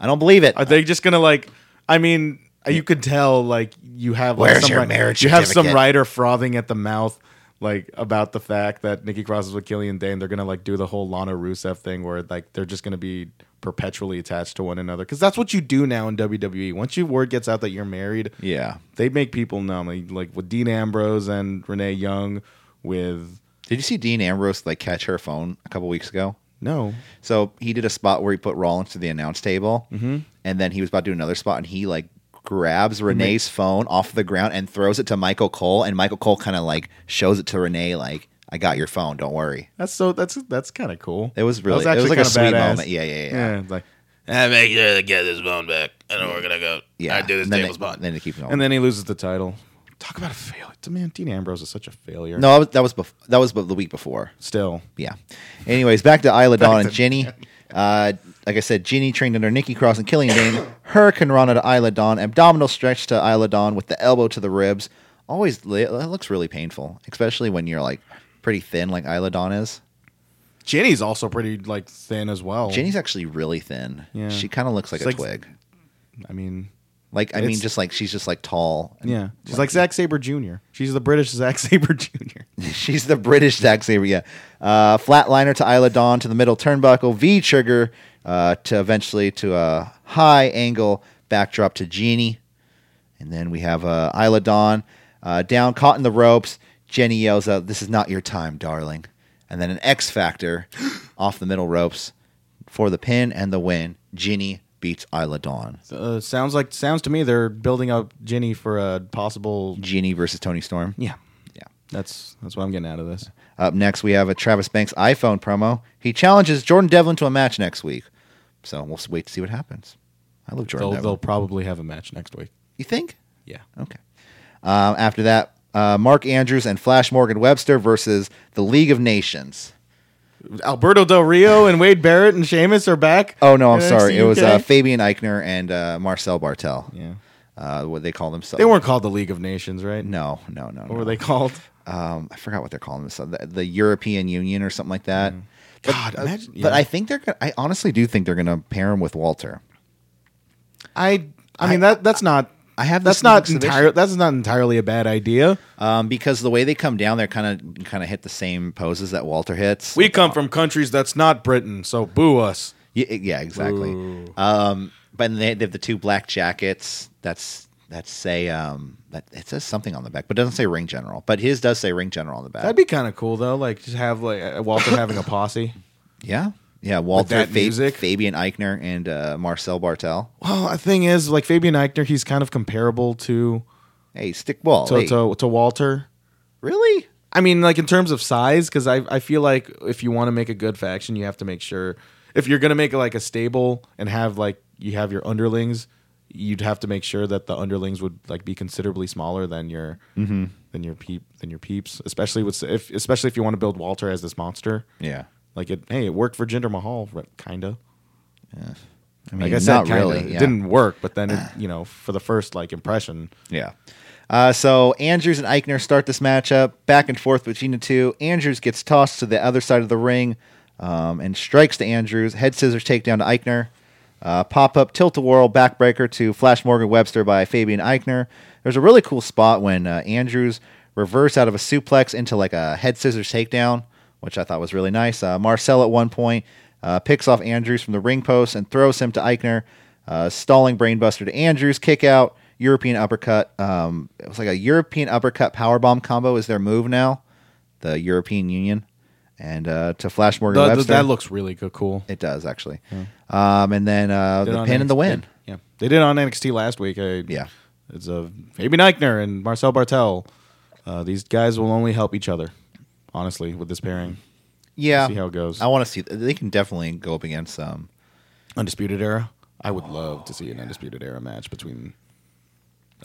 S2: I don't believe it.
S3: Are they just gonna like? I mean, you could tell like you have like,
S2: Where's
S3: some
S2: your
S3: ri-
S2: marriage
S3: You have some
S2: certificate?
S3: writer frothing at the mouth. Like about the fact that Nikki Cross is with Killian Dane, they're gonna like do the whole Lana Rusev thing where like they're just gonna be perpetually attached to one another because that's what you do now in WWE. Once your word gets out that you're married,
S2: yeah.
S3: they make people numb. Like, like with Dean Ambrose and Renee Young, with
S2: Did you see Dean Ambrose like catch her phone a couple weeks ago?
S3: no,
S2: So he did a spot where he put Rollins to the announce table,
S3: Mm-hmm.
S2: and then he was about to do another spot, and he like grabs Renee's phone off the ground and throws it to Michael Cole, and Michael Cole kind of like shows it to Renee, like "I got your phone, don't worry."
S3: that's so that's that's kind of cool.
S2: It was really,
S3: That
S2: it was like a
S3: actually
S2: sweet
S3: kinda badass.
S2: moment. Yeah, yeah, yeah. yeah.
S3: it's like,
S4: I make sure to get this phone back. I know we're gonna go.
S2: yeah.
S4: I do this
S2: and then
S4: table
S2: they,
S4: spot.
S2: Then they keep going.
S3: and then he loses the title. Talk about a failure, man. Dean Ambrose is such a failure.
S2: no, that was that was, bef- that was the week before.
S3: still,
S2: yeah. Anyways, back to Isla Dawn and Ginny. Uh, like I said, Ginny trained under Nikki Cross and Killian Dane. Hurricane Rana to Isla Dawn. Abdominal stretch to Isla Dawn with the elbow to the ribs. Always, li- that looks really painful, especially when you're like pretty thin, like Isla Dawn is.
S3: Ginny's also pretty like thin as well.
S2: Ginny's actually really thin.
S3: Oh. Yeah.
S2: She kind of looks like
S3: It's
S2: a
S3: like-
S2: twig.
S3: I mean,
S2: Like I mean,
S3: it's-
S2: just like she's just like tall. and-
S3: yeah, she's like Zack Saber Jr. She's the British Zack Saber Jr.
S2: She's the British Zack Sabre, yeah. Uh, flatliner to Isla Dawn to the middle turnbuckle, V trigger uh, to eventually to a high angle backdrop to Genie. And then we have uh, Isla Dawn uh, down, caught in the ropes. Jenny yells out, This is not your time, darling. And then an X Factor off the middle ropes for the pin and the win. Ginny beats Isla Dawn.
S3: Uh, sounds like sounds to me they're building up Ginny for a possible.
S2: Ginny versus Tony Storm.
S3: Yeah,
S2: Yeah.
S3: that's that's what I'm getting out of this.
S2: Up next, we have a Travis Banks iPhone promo. He challenges Jordan Devlin to a match next week. So we'll s- wait to see what happens. I love Jordan
S3: They'll,
S2: Devlin.
S3: they'll probably have a match next week.
S2: You think?
S3: Yeah.
S2: Okay. Um, after that, uh, Mark Andrews and Flash Morgan Webster versus the League of Nations.
S3: Alberto Del Rio and Wade Barrett and Sheamus are back.
S2: Oh, no, I'm
S3: in
S2: sorry.
S3: NXT
S2: It was
S3: UK.
S2: uh, Fabian Eichner and uh, Marcel Bartel.
S3: yeah.
S2: Uh, what they call themselves.
S3: They weren't called the League of Nations, right?
S2: No, no, no.
S3: What
S2: no.
S3: were they called?
S2: um, I forgot what they're calling this, uh, the, the European Union or something like that. But-
S3: God,
S2: uh,
S3: imagine-
S2: but
S3: Mm-hmm. yeah.
S2: I think they're. Gonna, I honestly do think they're going to pair him with Walter.
S3: I. I mean that that's not.
S2: I have
S3: That's
S2: this
S3: not
S2: exhibition-
S3: entire. That's not entirely a bad idea.
S2: um, because the way they come down, they're kind of kind of hit the same poses that Walter hits.
S3: We come from countries that's not Britain, so boo us.
S2: yeah, eh, yeah, exactly.
S3: Ooh.
S2: Um, but then they, they have the two black jackets. That's that say um, that it says something on the back, but it doesn't say ring general. But his does say ring general on the back.
S3: That'd be kind of cool though. Like just have like uh, Walter having a posse.
S2: yeah, yeah. Walter,
S3: that
S2: Fa-
S3: music?
S2: Fabian Eichner, and uh, Marcel Bartel.
S3: Well, the thing is, like Fabian Eichner, he's kind of comparable to
S2: Hey, stick ball.
S3: to,
S2: hey.
S3: to, to Walter.
S2: Really?
S3: I mean, like in terms of size, because I I feel like if you want to make a good faction, you have to make sure if you're gonna make like a stable and have like you have your underlings, you'd have to make sure that the underlings would like be considerably smaller than your
S2: Mm-hmm.
S3: than your peep than your peeps, especially with if especially if you want to build Walter as this monster.
S2: Yeah.
S3: Like it, hey, it worked for Jinder Mahal, r- kinda.
S2: I mean,
S3: Like I said,
S2: not
S3: kinda.
S2: really.
S3: It
S2: yeah.
S3: didn't work, but then it, you know, for the first like impression,
S2: Yeah. Uh, so Andrews and Eichner start this matchup back and forth between the two. Andrews gets tossed to the other side of the ring um, and strikes to Andrews. Head scissors takedown to Eichner. Uh, pop up tilt a whirl backbreaker to Flash Morgan Webster by Fabian Eichner. There's a really cool spot when uh, Andrews reverse out of a suplex into like a head scissors takedown, which I thought was really nice. Uh, Marcel at one point uh, picks off Andrews from the ring post and throws him to Eichner. Uh, stalling brainbuster to Andrews, kick out, European uppercut. Um, it was like a European uppercut powerbomb combo is their move now, the European Union, and uh, to Flash Morgan
S3: that,
S2: Webster.
S3: that looks really good, cool.
S2: it does actually. Um, and then uh,
S3: Did
S2: the
S3: on
S2: pin and the
S3: NXT.
S2: win.
S3: Yeah, they did it on NXT last week. I,
S2: Yeah.
S3: it's a Fabian Eichner and Marcel Bartel. Uh, these guys will only help each other, honestly, with this pairing.
S2: Yeah,
S3: See how it goes.
S2: I want to see. They can definitely go up against um,
S3: Undisputed Era. I would love to see an Undisputed Era match between.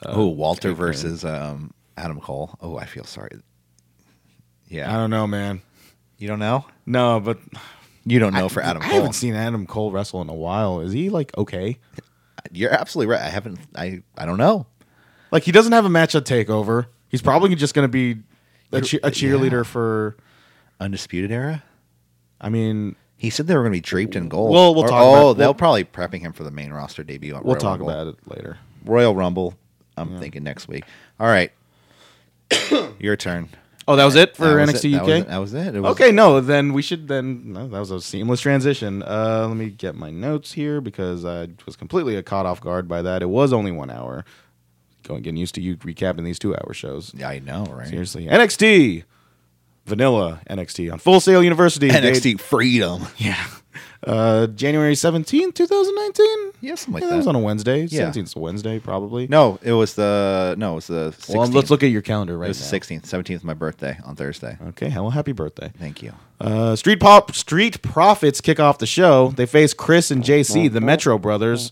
S3: Uh,
S2: oh Walter versus um, Adam Cole. Oh, I feel sorry.
S3: I
S2: Yeah,
S3: don't know, man.
S2: you don't know.
S3: No, but
S2: You don't know for Adam
S3: I
S2: Cole.
S3: haven't seen Adam Cole wrestle in a while. Is he like okay?
S2: You're absolutely right. I haven't. I I don't know.
S3: Like he doesn't have a match at Takeover. He's probably just going to be a, che- a cheerleader for.
S2: Undisputed era.
S3: I mean,
S2: He said they were going to be draped in gold.
S3: Well, we'll talk
S2: Oh,
S3: about-
S2: they'll
S3: we'll-
S2: probably prepping him for the main roster debut. At
S3: we'll
S2: Royal
S3: talk
S2: Rumble.
S3: about it later.
S2: Royal Rumble. I'm thinking next week. All right, your turn
S3: Oh, that was it for
S2: That was
S3: NXT
S2: it.
S3: UK.
S2: That was it. That was it. It was-
S3: Okay, no, then we should then no, that was a seamless transition. Uh, let me get my notes here because I was completely caught off guard by that. It was only one hour. Going getting used to you recapping these two hour shows.
S2: Yeah, I know, right?
S3: Seriously, NXT, Vanilla NXT on Full Sail University. date-
S2: NXT Freedom.
S3: yeah, uh, January seventeenth, two thousand nineteen.
S2: Yeah, something like
S3: that was
S2: that.
S3: on a Wednesday.
S2: Yeah.
S3: Seventeenth is a Wednesday, probably.
S2: No, it was the no, it was the. 16th.
S3: well, let's look at your calendar
S2: It
S3: right
S2: was
S3: now.
S2: the 16th, 17th, my birthday on Thursday.
S3: Okay, hell, happy birthday.
S2: Thank you.
S3: Uh, Street Pop Street Profits kick off the show. They face Chris and JC, the Metro Brothers.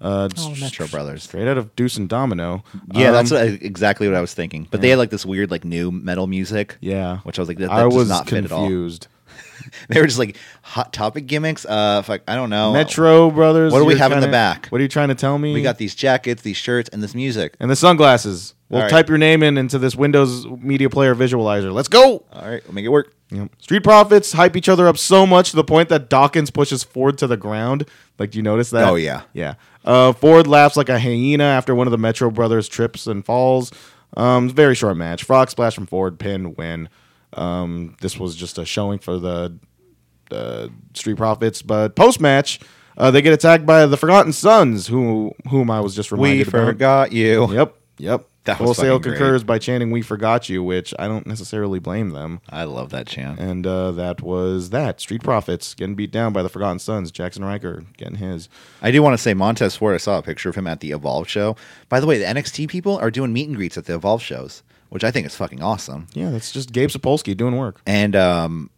S3: Uh, s-
S2: Metro Brothers.
S3: Straight out of Deuce and Domino.
S2: Yeah, that's
S3: Um,
S2: what I, exactly what I was thinking. But they had like this weird, like new metal music.
S3: yeah.
S2: which I was like, that, that
S3: I
S2: does
S3: was
S2: not fit at all.
S3: confused.
S2: They were just like hot topic gimmicks. Uh, fuck, I don't know.
S3: Metro Brothers.
S2: What do we
S3: you're
S2: have in the
S3: tryna-
S2: back?
S3: What are you trying to tell me?
S2: We got these jackets, these shirts, and this music.
S3: and the sunglasses. We'll
S2: All right.
S3: type your name in into this Windows Media Player visualizer. Let's go.
S2: All right, we'll make it work.
S3: Yep. Street Profits hype each other up so much to the point that Dawkins pushes Ford to the ground. Like, do you notice that?
S2: Oh, yeah.
S3: Yeah. Uh, Ford laughs like a hyena after one of the Metro Brothers trips and falls. Um, very short match. Frog splash from Ford, pin, win. Um, this was just a showing for the uh, Street Profits. But post match, uh, they get attacked by the Forgotten Sons, who whom I was just reminded
S2: We
S3: about.
S2: forgot you.
S3: Yep. Yep.
S2: That was
S3: Wholesale
S2: fucking great.
S3: concurs by chanting "We forgot you," which I don't necessarily blame them.
S2: I love that chant.
S3: And uh, that was that. Street Profits getting beat down by the Forgotten Sons. Jackson Riker getting his.
S2: I do want to say Montez Ford. I saw a picture of him at the Evolve show. By the way, the NXT people are doing meet and greets at the Evolve shows, which I think is fucking awesome.
S3: Yeah, that's just Gabe Sapolsky doing work.
S2: And um,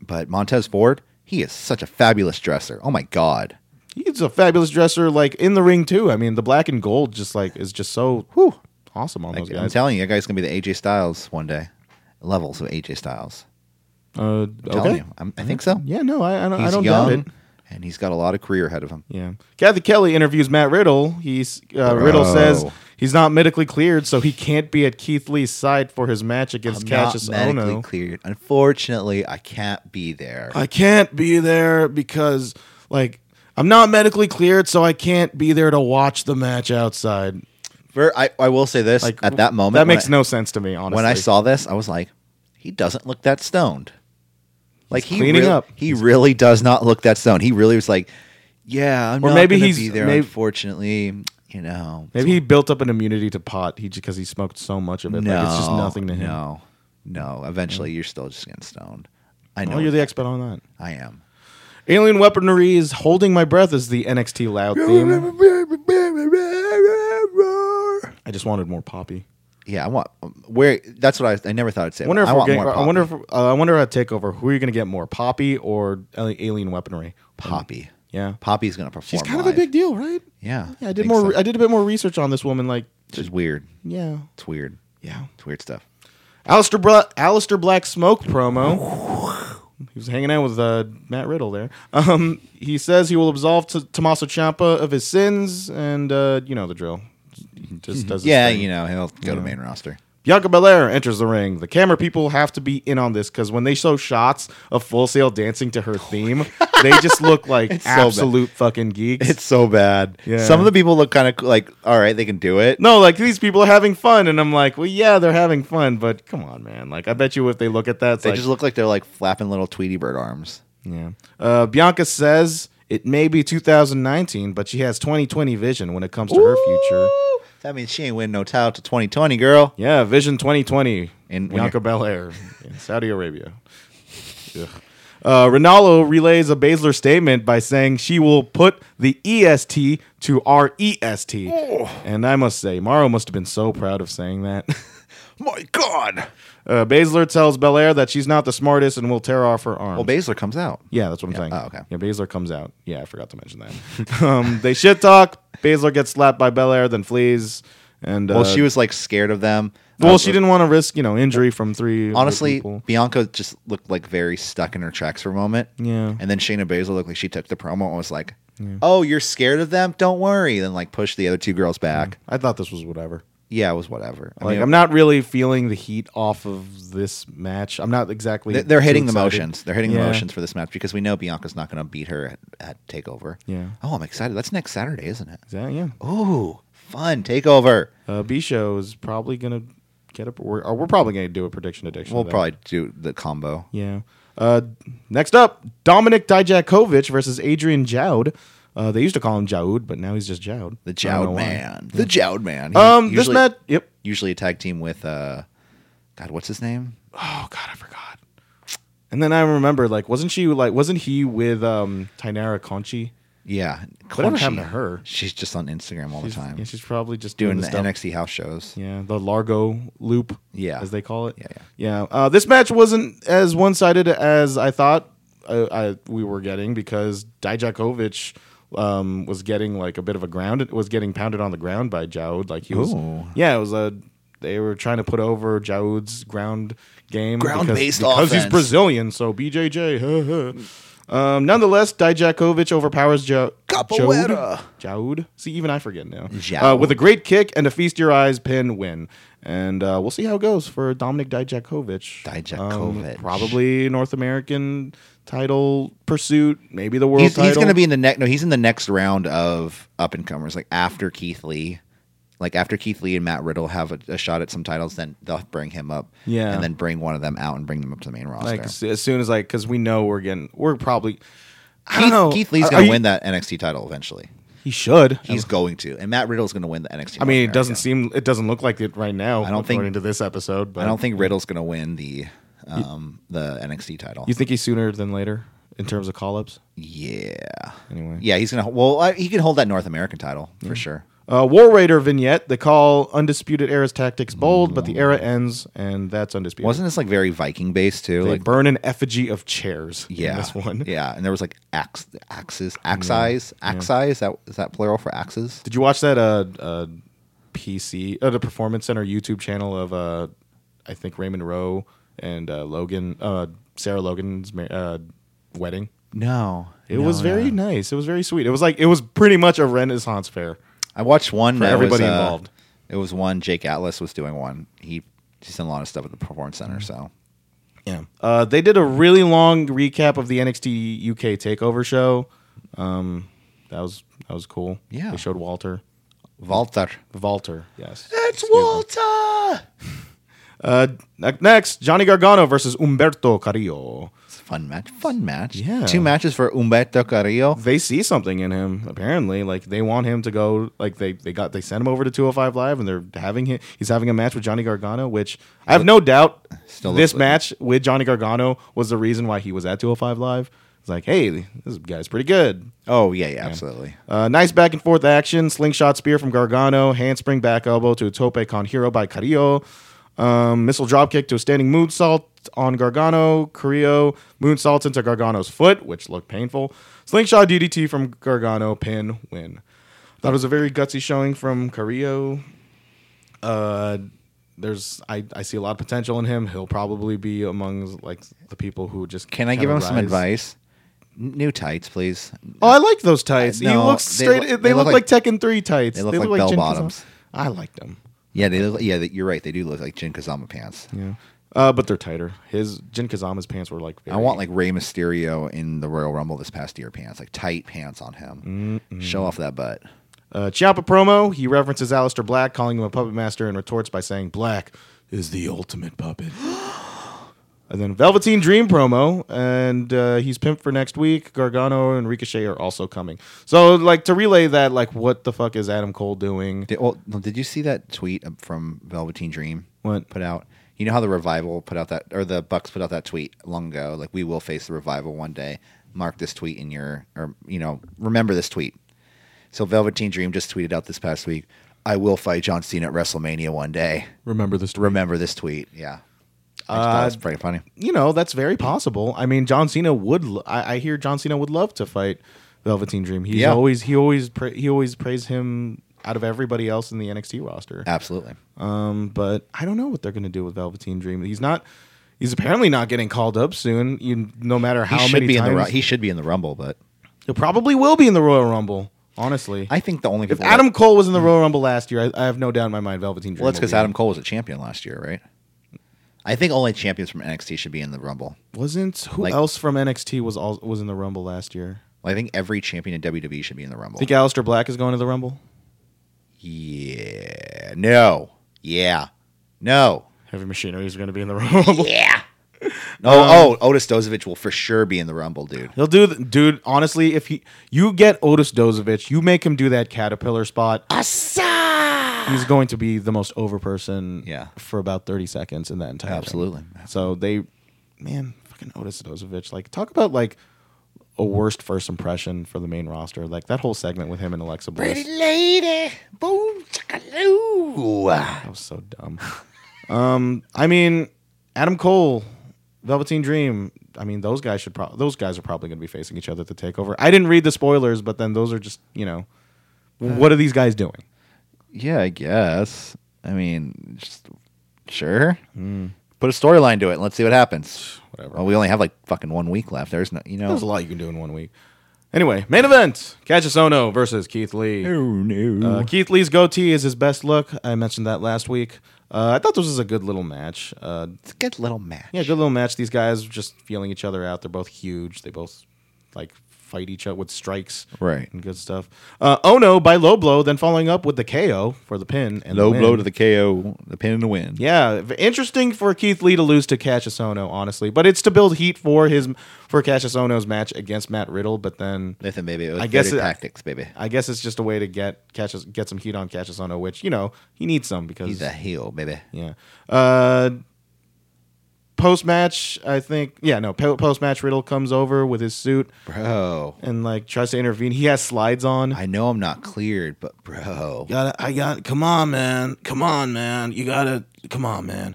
S2: but Montez Ford, he is such a fabulous dresser. Oh my god.
S3: He's a fabulous dresser, like in the ring too. I mean, the black and gold just like is just so awesome on those
S2: I'm
S3: guys.
S2: telling you, that guy's gonna be the AJ Styles one day. Levels of AJ Styles.
S3: uh,
S2: I'm telling
S3: okay.
S2: you. I'm, I think so.
S3: Yeah, no, I, I don't,
S2: He's
S3: I don't
S2: young
S3: doubt it.
S2: and he's got a lot of career ahead of him.
S3: Yeah. Kathy Kelly interviews Matt Riddle. He's
S2: Bro.
S3: uh, Riddle says he's not medically cleared, so he can't be at Keith Lee's side for his match against
S2: I'm
S3: Cassius
S2: not medically
S3: Ono.
S2: cleared. Unfortunately, I can't be there.
S3: I can't be there because like I'm not medically cleared, so I can't be there to watch the match outside.
S2: Ver- I, I will say this
S3: Like
S2: at that moment.
S3: that
S2: when
S3: makes
S2: I-
S3: no sense to me. Honestly,
S2: When I saw this, I was like, he doesn't look that stoned. Like he
S3: cleaning
S2: real-
S3: up.
S2: He really does not look that stoned. He really was like, yeah, I'm
S3: Or
S2: not
S3: maybe
S2: gonna
S3: he's-
S2: be there.
S3: may-
S2: unfortunately, you know,
S3: maybe he built up an immunity to pot, he because he smoked so much of it,
S2: no,
S3: like it's just nothing to him.
S2: No, no. Eventually, you're still just getting stoned. I know.
S3: Oh, you're the expert on that.
S2: I am.
S3: Alien Weaponry is holding my breath is the NXT loud theme. I just wanted more poppy.
S2: Yeah, I want um, where. That's what I. I never thought I'd say.
S3: I wonder if
S2: I
S3: we're
S2: want
S3: getting,
S2: more.
S3: I wonder if uh, I wonder at takeover who are you going to get more poppy or Ali- uh, Alien Weaponry?
S2: Poppy.
S3: Yeah.
S2: Poppy's gonna perform.
S3: She's kind of a
S2: live.
S3: big deal, right?
S2: Yeah.
S3: Yeah, I did
S2: think
S3: more.
S2: so.
S3: I did a bit more research on this woman. Like,
S2: It's just weird.
S3: yeah,
S2: It's weird.
S3: yeah.
S2: It's weird stuff.
S3: Alistair, Bra- Alistair Black Smoke promo. He was hanging out with uh, Matt Riddle there. Um, he says he will absolve T- Tommaso Ciampa of his sins, and uh, you know the drill. He just does. his
S2: Yeah,
S3: thing.
S2: you know he'll go to main roster.
S3: Bianca Belair enters the ring. The camera people have to be in on this because when they show shots of Full Sail dancing to her theme, they just look like
S2: so bad.
S3: absolute fucking geeks.
S2: It's so bad.
S3: Yeah.
S2: Some of the people look kind of like, all right, they can do it.
S3: no, like these people are having fun, and I'm like, well, yeah, they're having fun, but come on, man. Like, I bet you if they look at that, it's
S2: they
S3: like,
S2: just look like they're like flapping little Tweety Bird arms.
S3: Yeah. Uh, Bianca says it may be 2019, but she has 2020 vision when it comes to her future.
S2: That means she ain't win no title to 2020, girl.
S3: Yeah, Vision 2020 in
S2: And when
S3: Bianca Belair in Saudi Arabia. Ugh. Uh, Ronaldo relays a Baszler statement by saying she will put the EST to REST. And I must say, Morrow must have been so proud of saying that.
S2: My God.
S3: Uh, Baszler tells Belair that she's not the smartest and will tear off her arm.
S2: Well, Baszler comes out.
S3: Yeah, that's what I'm saying.
S2: Oh, okay.
S3: Yeah, Baszler comes out. Yeah, I forgot to mention that. um, they shit talk. Baszler gets slapped by Belair, then flees. And uh,
S2: Well, she was like scared of them.
S3: Well,
S2: Uh,
S3: she didn't want to risk you know injury from three.
S2: Honestly,
S3: people.
S2: Bianca just looked like very stuck in her tracks for a moment.
S3: Yeah.
S2: And then Shayna Baszler looked like she took the promo and was like, "Oh, you're scared of them? Don't worry." Then like pushed the other two girls back.
S3: I thought this was whatever.
S2: Yeah, it was whatever. I
S3: Like
S2: mean,
S3: I'm not really feeling the heat off of this match. I'm not exactly.
S2: They- They're
S3: too
S2: hitting the
S3: excited.
S2: motions. They're hitting
S3: Yeah.
S2: the motions for this match because we know Bianca's not going to beat her at, at Takeover.
S3: Yeah.
S2: Oh, I'm excited. That's next Saturday, isn't it?
S3: Is that- yeah.
S2: Ooh, fun Takeover.
S3: Uh, B show is probably gonna get a. We're, or we're probably gonna do a prediction addiction.
S2: We'll
S3: of that.
S2: probably do the combo.
S3: Yeah. Uh, next up, Dominic Dijakovic versus Adrian Joud. Uh, they used to call him Joud, but now he's just Joud.
S2: The
S3: I don't know
S2: Jowd
S3: why.
S2: Man. The Jowd Man. He-
S3: Um, this
S2: usually-
S3: match. Yep.
S2: usually a tag team with uh, God, what's his name?
S3: Oh God, I forgot. And then I remember, like, wasn't she like, wasn't he with um Tainara Conchi?
S2: Yeah,
S3: Whatever
S2: Conchi.
S3: happened to her?
S2: She's just on Instagram all
S3: She's,
S2: the time,
S3: yeah, she's probably just doing,
S2: doing the
S3: the stuff.
S2: NXT house shows.
S3: Yeah, the Largo loop.
S2: Yeah.
S3: as they call it.
S2: Yeah,
S3: yeah. Uh, this match wasn't as one sided as I thought uh, I, I, we were getting because Dijakovic um, was getting like a bit of a ground. was getting pounded on the ground by Jaud. Like he was.
S2: Ooh.
S3: Yeah, it was a. They were trying to put over Jaud's ground game.
S2: Ground-based
S3: because, because he's
S2: offense.
S3: Brazilian. So BJJ. um, nonetheless, Dijakovic overpowers jo-
S2: Capoeira.
S3: Jaud. Jaud. See, even I forget now.
S2: Jaud.
S3: Uh, with a great kick and a feast your eyes pin win. And uh, we'll see how it goes for Dominic Dijakovic. Um,
S2: Dijakovic.
S3: probably North American title pursuit, maybe the world
S2: He's,
S3: title.
S2: he's going to be in the next. No, he's in the next round of up and comers, like after Keith Lee, like after Keith Lee and Matt Riddle have a, a shot at some titles. Then they'll bring him up,
S3: Yeah.
S2: and then bring one of them out and bring them up to the main roster.
S3: like s- as soon as like because we know we're getting we're probably. I don't
S2: Keith,
S3: know.
S2: Keith Lee's
S3: Are-
S2: going
S3: are
S2: to
S3: you-
S2: win that NXT title eventually.
S3: He should. Um,
S2: He's going to, and Matt Riddle's going to win the NXT.
S3: I mean,
S2: North
S3: it doesn't
S2: America.
S3: seem it doesn't look like it right now.
S2: I don't think-
S3: according to this episode, but
S2: I don't think Riddle's going to win the um the NXT title.
S3: you think he's sooner than later in terms of call ups.
S2: Yeah.
S3: Anyway.
S2: Yeah, he's gonna. Well, I, he can hold that North American title for sure.
S3: Uh, War Raider vignette. They call Undisputed Era's tactics bold, but the era ends, and that's undisputed.
S2: Wasn't this like very Viking based too?
S3: they
S2: like
S3: burn an effigy of chairs? in
S2: yeah,
S3: this one.
S2: Yeah, and there was like ax, axes, axis, axis. Is that is that plural for axes?
S3: Did you watch that uh, uh, PC, uh, the Performance Center YouTube channel of uh, I think Raymond Rowe and uh, Logan, uh, Sarah Logan's ma- uh, wedding?
S2: No,
S3: It was very nice. It was very sweet. It was like it was pretty much a Renaissance fair.
S2: I watched one
S3: For
S2: that
S3: everybody
S2: was, uh,
S3: involved.
S2: It was one Jake Atlas was doing one. He he's done a lot of stuff at the performance
S3: Mm.
S2: center. So
S3: Yeah. Uh, they did a really long recap of the NXT UK Takeover show. Um, that was that was cool.
S2: Yeah.
S3: They showed Walter.
S2: Walter,
S3: Walter. Yes.
S2: it's Walter.
S3: Uh, ne- next, Johnny Gargano versus Umberto Carrillo.
S2: It's a fun match. Fun match.
S3: Yeah.
S2: two matches for Umberto Carrillo.
S3: They see something in him. Apparently, like they want him to go. Like they they got they sent him over to 205 Live, and they're having him. He's having a match with Johnny Gargano, which I have no doubt.
S2: Still looks
S3: this
S2: like-
S3: match with Johnny Gargano was the reason why he was at 205 Live. It's like, hey, this guy's pretty good.
S2: Oh yeah, yeah, absolutely.
S3: Uh, nice back and forth action. Slingshot spear from Gargano. Handspring back elbow to a tope con hero by Carrillo. Um, missile dropkick to a standing moonsault on Gargano. Carrillo moonsaults into Gargano's foot, which looked painful. Slingshot DDT from Gargano. Pin win. Thought it was a very gutsy showing from Carrillo. Uh, there's I, I see a lot of potential in him. He'll probably be among like the people who just
S2: Can I give
S3: kinda
S2: him some
S3: rise.
S2: advice? N- New tights, please.
S3: Oh, I like those tights.
S2: Uh, no,
S3: he looks
S2: they
S3: straight.
S2: look-
S3: They,
S2: they
S3: look,
S2: look
S3: like,
S2: like-
S3: Tekken Three tights.
S2: they look like
S3: Jin
S2: bell-bottoms.
S3: Kazama. I liked them.
S2: Yeah, they look, yeah, you're right. They do look like Jin Kazama pants.
S3: Yeah, uh, but they're tighter. His Jin Kazama's pants were like. Very,
S2: I want like Rey Mysterio in the Royal Rumble this past year pants, like tight pants on him. Show off that butt.
S3: uh, Ciampa promo. He references Aleister Black, calling him a puppet master, and retorts by saying, "Black is the ultimate puppet." and then Velveteen Dream promo, and uh, he's pimped for next week. Gargano and Ricochet are also coming. So, like to relay that, like what the fuck is Adam Cole doing?
S2: Did, well, no, did you see that tweet from Velveteen Dream?
S3: What?
S2: put out? You know how the revival put out that, or the Bucks put out that tweet long ago, like we will face the revival one day. Mark this tweet in your, or you know, remember this tweet. So Velveteen Dream just tweeted out this past week. I will fight John Cena at WrestleMania one day.
S3: Remember this.
S2: Remember this tweet. Yeah, I just thought it was
S3: Uh,
S2: pretty funny.
S3: you know that's very possible. I mean, John Cena would. l- I, I hear John Cena would love to fight Velveteen Dream. He's
S2: Yeah.
S3: always he always pra- he always praised him out of everybody else in the NXT roster.
S2: Absolutely.
S3: Um, but I don't know what they're going to do with Velveteen Dream. He's not. He's apparently not getting called up soon. You, no matter how
S2: he should
S3: many
S2: be
S3: times,
S2: in the Ru- he should be in the Rumble, but
S3: he probably will be in the Royal Rumble. Honestly,
S2: I think the only
S3: if
S2: people that-
S3: Adam Cole was in the Royal Rumble last year, I, I have no doubt in my mind Velveteen Dream.
S2: Well, that's
S3: will
S2: because
S3: be.
S2: Adam Cole was a champion last year, right? I think only champions from NXT should be in the Rumble.
S3: wasn't. Who
S2: like-
S3: else from NXT was all, was in the Rumble last year?
S2: Well, I think every champion in WWE should be in the Rumble.
S3: Think Aleister Black is going to the Rumble?
S2: yeah. No. Yeah. No.
S3: Heavy Machinery is going to be in the Rumble.
S2: Yeah. No. oh, Otis Dozovich will for sure be in the Rumble, dude.
S3: He'll do, th- dude. Honestly, if he, you get Otis Dozovich, you make him do that caterpillar spot. He's going to be the most over person,
S2: Yeah.
S3: for about thirty seconds in that entire. thing.
S2: Absolutely.
S3: So they, man, fucking Otis Dozovich. Like, talk about like a worst first impression for the main roster. Like that whole segment with him and Alexa Bliss.
S2: lady. Boom. Chickaloo.
S3: That was so dumb. um, I mean, Adam Cole, Velveteen Dream. I mean, those guys should probably those guys are probably going to be facing each other at the takeover. I didn't read the spoilers, but then those are just you know, what are these guys doing?
S2: Yeah, I guess. I mean, just sure. Put a storyline to it and let's see what happens.
S3: Hmm. Whatever.
S2: Well, we only have like fucking one week left. There's no, you know.
S3: There's a lot you can do in one week. Anyway, main event: Cassius Ohno versus Keith Lee.
S2: no.
S3: Uh, Keith Lee's goatee is his best look. I mentioned that last week. Uh, I thought this was a good little match. Uh,
S2: it's a good little match.
S3: Yeah, good little match. These guys were just feeling each other out. They're both huge. They both like fight each other with strikes,
S2: Right.
S3: And good stuff. Uh, oh no, by low blow, then following up with the KO for the pin and the
S2: Low
S3: win.
S2: blow to the KO, the pin and the win.
S3: Yeah, v- interesting for Keith Lee to lose to Cassius Ohno, honestly, but it's to build heat for his for Cassius Ohno's match against Matt Riddle. But then
S2: Listen, baby, it was
S3: I guess
S2: dirty
S3: it-
S2: tactics, baby.
S3: I guess it's just a way to get Cassius get some heat on Cassius Ohno, which you know he needs some because
S2: He's a heel, baby.
S3: Yeah. Uh, post match, I think. Yeah, no. Post match, Riddle comes over with his suit
S2: Bro,
S3: and like tries to intervene. He has slides on.
S2: I know I'm not cleared, but bro,
S3: got I got. Come on, man. Come on, man. You gotta. Come on, man.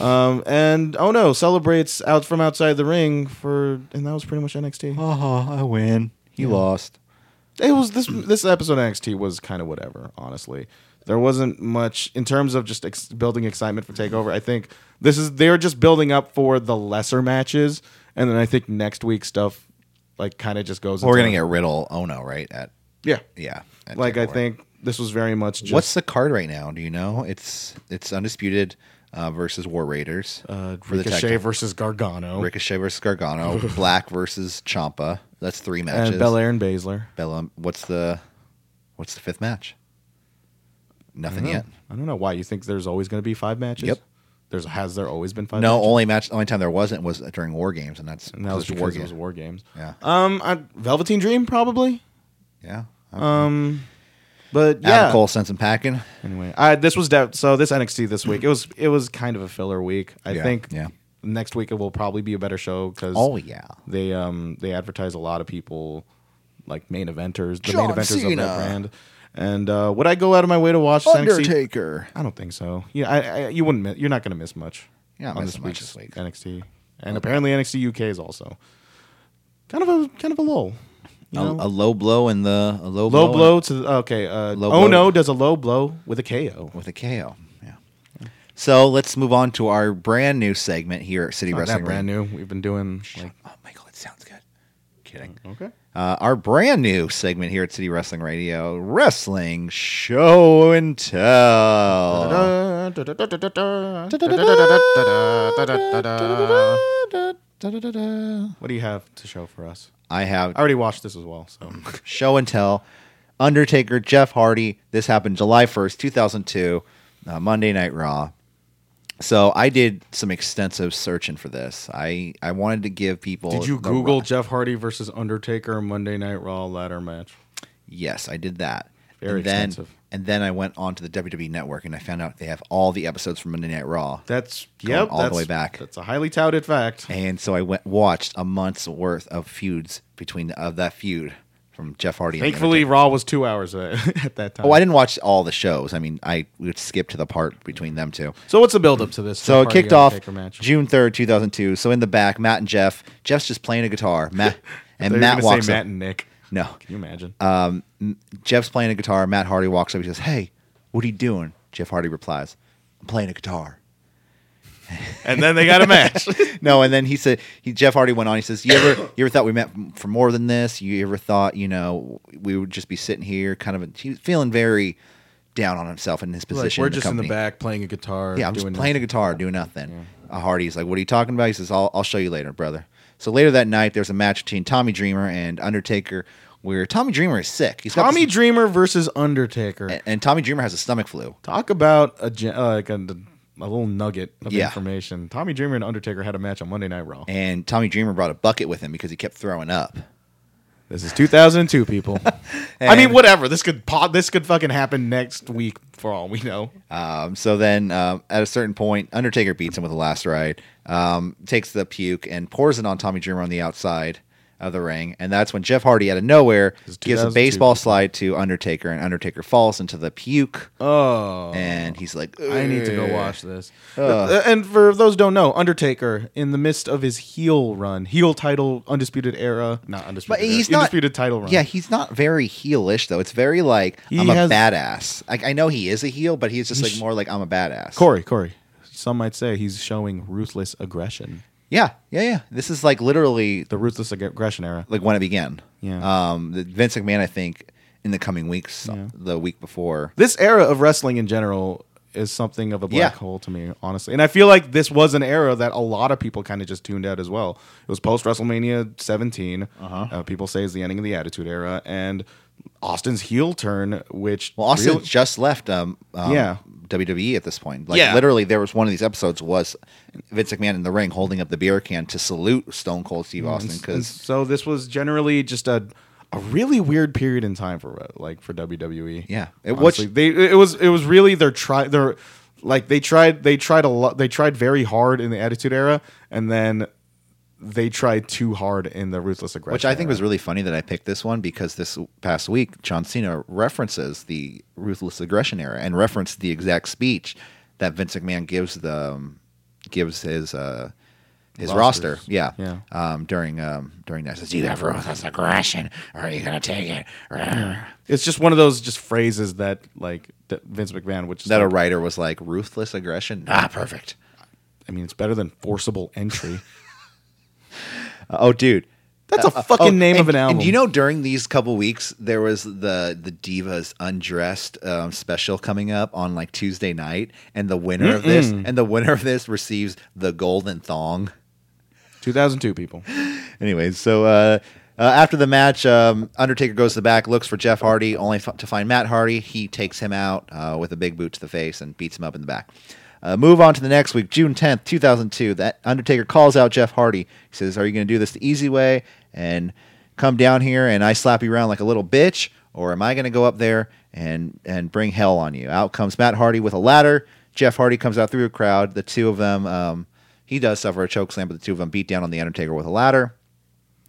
S3: Um, and oh no, celebrates out from outside the ring for, and that was pretty much NXT.
S2: uh-huh, I win. He lost.
S3: It was this this episode of NXT was kind of whatever, honestly. There wasn't much in terms of just ex- building excitement for Takeover. I think this is they're just building up for the lesser matches, and then I think next week's stuff like kind of just goes.
S2: We're gonna
S3: into-
S2: get Riddle Ono right at
S3: yeah,
S2: yeah. at
S3: like I
S2: Takeover.
S3: think this was very much just
S2: What's the card right now? Do you know? It's it's undisputed uh, versus War Raiders
S3: uh, oh.
S2: for the tag
S3: Ricochet
S2: team.
S3: versus Gargano
S2: Ricochet versus Gargano, Black versus Champa. That's three matches.
S3: and Belair and Baszler.
S2: Bella, what's the what's the fifth match? Nothing yet.
S3: I don't know why you think there's always going to be five matches.
S2: Yep.
S3: There's has there always been five?
S2: No,
S3: matches?
S2: only match. The only time there wasn't was during War Games, and that's
S3: and that was
S2: it's
S3: because
S2: War
S3: it
S2: Games.
S3: was War Games.
S2: Yeah,
S3: Um, I, Velveteen Dream probably.
S2: yeah.
S3: Um, but yeah.
S2: Adam Cole sent some packing.
S3: Anyway, I, this was def- so this NXT this week. It was it was kind of a filler week. I
S2: Yeah,
S3: think
S2: yeah.
S3: next week it will probably be a better show because
S2: Oh yeah,
S3: they um they advertise a lot of people like main eventers, the
S2: John
S3: main eventers of
S2: Cena.
S3: their brand. And uh, would I go out of my way to watch NXT?
S2: Undertaker.
S3: I don't think so. Yeah, I, I, you wouldn't. Miss, you're not going to miss much.
S2: You're not
S3: on
S2: missing much
S3: week's
S2: this week.
S3: NXT, and apparently NXT UK is also kind of a kind of a lull. You
S2: A,
S3: know?
S2: a low blow in the a low,
S3: low
S2: blow,
S3: blow to the, okay. Uh,
S2: Low blow.
S3: oh no, does a low blow with a KO.
S2: with a KO. Yeah. So let's move on to our brand new segment here at City
S3: Not
S2: Wrestling.
S3: that brand new. We've been doing like
S2: Oh, Michael, it sounds good. Kidding.
S3: okay.
S2: Uh, our brand new segment here at City Wrestling Radio, Wrestling Show and
S3: Uh,
S2: Tell.
S3: Oh. What do you have to show for us?
S2: I have
S3: I already watched this as well, so
S2: show and tell. Undertaker, Jeff Hardy. This happened July 1st, 2002, uh, Monday Night Raw. So I did some extensive searching for this. I, I wanted to give people.
S3: Did you
S2: the
S3: Google
S2: Raw-
S3: Jeff Hardy versus Undertaker Monday Night Raw ladder match?
S2: Yes, I did that.
S3: Very
S2: and then,
S3: extensive.
S2: And then I went on to the WWE Network and I found out they have all the episodes from Monday Night Raw.
S3: That's
S2: Going
S3: yep,
S2: all the
S3: that's-
S2: way back.
S3: That's a highly touted fact.
S2: And so I went watched a month's worth of feuds between of that feud from Jeff Hardy. and The
S3: Thankfully,
S2: Undertaker.
S3: Raw was two hours uh, at, at that time.
S2: oh, I didn't watch all the shows. I mean, I would skip to the part between them two.
S3: So what's the build up to this?
S2: So it
S3: Jeff Hardy
S2: kicked off
S3: Undertaker match?
S2: June third, two thousand two. So in the back, Matt and Jeff. Jeff's just playing a guitar. Matt and
S3: They're
S2: Matt
S3: gonna say
S2: walks
S3: Matt
S2: up.
S3: and Nick. Uh,
S2: No,
S3: Can you imagine?
S2: um, m- Jeff's playing a guitar. Matt Hardy walks up. He says, "Hey, what are you doing?" Jeff Hardy replies, "I'm playing a guitar."
S3: and then they got a match.
S2: no, and then he said he Jeff Hardy went on. He says, "You ever you ever thought we met for more than this? You ever thought you know we would just be sitting here, kind of he was feeling very down on himself in his
S3: like,
S2: position.
S3: we're
S2: in the
S3: just
S2: company.
S3: in the back playing a guitar.
S2: Yeah, I'm just
S3: doing
S2: playing a guitar, doing nothing. Uh, Hardy's like, "What are you talking about?" He says, "I'll I'll show you later, brother." So later that night, there's a match between Tommy Dreamer and Undertaker, where Tommy Dreamer is sick. He's got
S3: Tommy
S2: this-
S3: Dreamer versus Undertaker.
S2: and- and Tommy Dreamer has a stomach flu.
S3: Talk about a gen- uh, like a, a little nugget of
S2: Yeah.
S3: information. Tommy Dreamer and Undertaker had a match on Monday Night Raw.
S2: and Tommy Dreamer brought a bucket with him because he kept throwing up.
S3: This is 2002, people. I mean, whatever. This could po- this could fucking happen next week for all we know.
S2: Um, so then, um, at a certain point, Undertaker beats him with the last ride, um, takes the puke and pours it on Tommy Dreamer on the outside of the ring, and that's when Jeff Hardy out of nowhere
S3: This is
S2: gives a
S3: 2002.
S2: baseball slide to Undertaker, and Undertaker falls into the puke,
S3: Oh,
S2: and he's like,
S3: I need to
S2: "Ugh."
S3: go watch this. Uh, and for those who don't know, Undertaker in the midst of his heel run, heel title, undisputed era, not
S2: But
S3: undisputed,
S2: he's
S3: era,
S2: not
S3: undisputed title run.
S2: Yeah, he's not very heelish though. It's very like
S3: He
S2: I'm a
S3: has-
S2: badass. Like I know he is a heel, but he's just like more like I'm a badass.
S3: Corey, Corey. Some might say he's showing ruthless aggression.
S2: Yeah, yeah, yeah. This is like literally
S3: The ruthless ag- aggression era.
S2: like when it began.
S3: Yeah.
S2: Um, the Vince McMahon, I think, in the coming weeks, the week before.
S3: This era of wrestling in general is something of a black
S2: Yeah.
S3: hole to me, honestly. And I feel like this was an era that a lot of people kind of just tuned out as well. It was post WrestleMania 17. Uh-huh. people say is the ending of the Attitude Era and Austin's heel turn, which
S2: Well, Austin
S3: really-
S2: just left. Um, um,
S3: Yeah.
S2: WWE at this point. Like
S4: Yeah.
S2: literally, there was one of these episodes was Vince McMahon in the ring holding up the beer can to salute Stone Cold Steve
S3: Mm,
S2: Austin
S3: And
S2: because
S3: so this was generally just a a really weird period in time for uh, like for WWE.
S2: Yeah. It-
S3: Honestly,
S2: which-
S3: they it was it was really their try their like they tried they tried a lot they tried very hard in the Attitude Era and then they tried too hard in the Ruthless Aggression.
S2: which I think
S3: era.
S2: was really funny that I picked this one because this past week John Cena references the ruthless aggression era and referenced the exact speech that Vince McMahon gives the um, gives his uh, his
S3: Rosters.
S2: roster, yeah,
S3: Yeah.
S2: Um, during um, during that. Says, "You have ruthless aggression, or are you gonna take it?"
S3: it's just one of those just phrases that like that Vince McMahon which is
S2: That a
S3: like,
S2: writer was like, "Ruthless aggression, ah, perfect."
S3: I mean it's better than forcible entry.
S2: oh, dude.
S3: That's a fucking
S2: Oh,
S3: name
S2: and-
S3: of an album.
S2: And you know, during these couple weeks, there was the the Divas Undressed um, special coming up on like Tuesday night, and the winner of this and the winner of this receives the golden thong.
S3: 2002 people.
S2: Anyways, so uh, uh, after the match, um, Undertaker goes to the back, looks for Jeff Hardy, only f- to find Matt Hardy. He takes him out uh, with a big boot to the face and beats him up in the back. Uh, move on to the next week, June 10th, 2002. That Undertaker calls out Jeff Hardy. He says, Are you going to do this the easy way and come down here and I slap you around like a little bitch? Or am I going to go up there and, and bring hell on you? Out comes Matt Hardy with a ladder. Jeff Hardy comes out through a crowd. The two of them, um, he does suffer a choke slam, but the two of them beat down on the Undertaker with a ladder.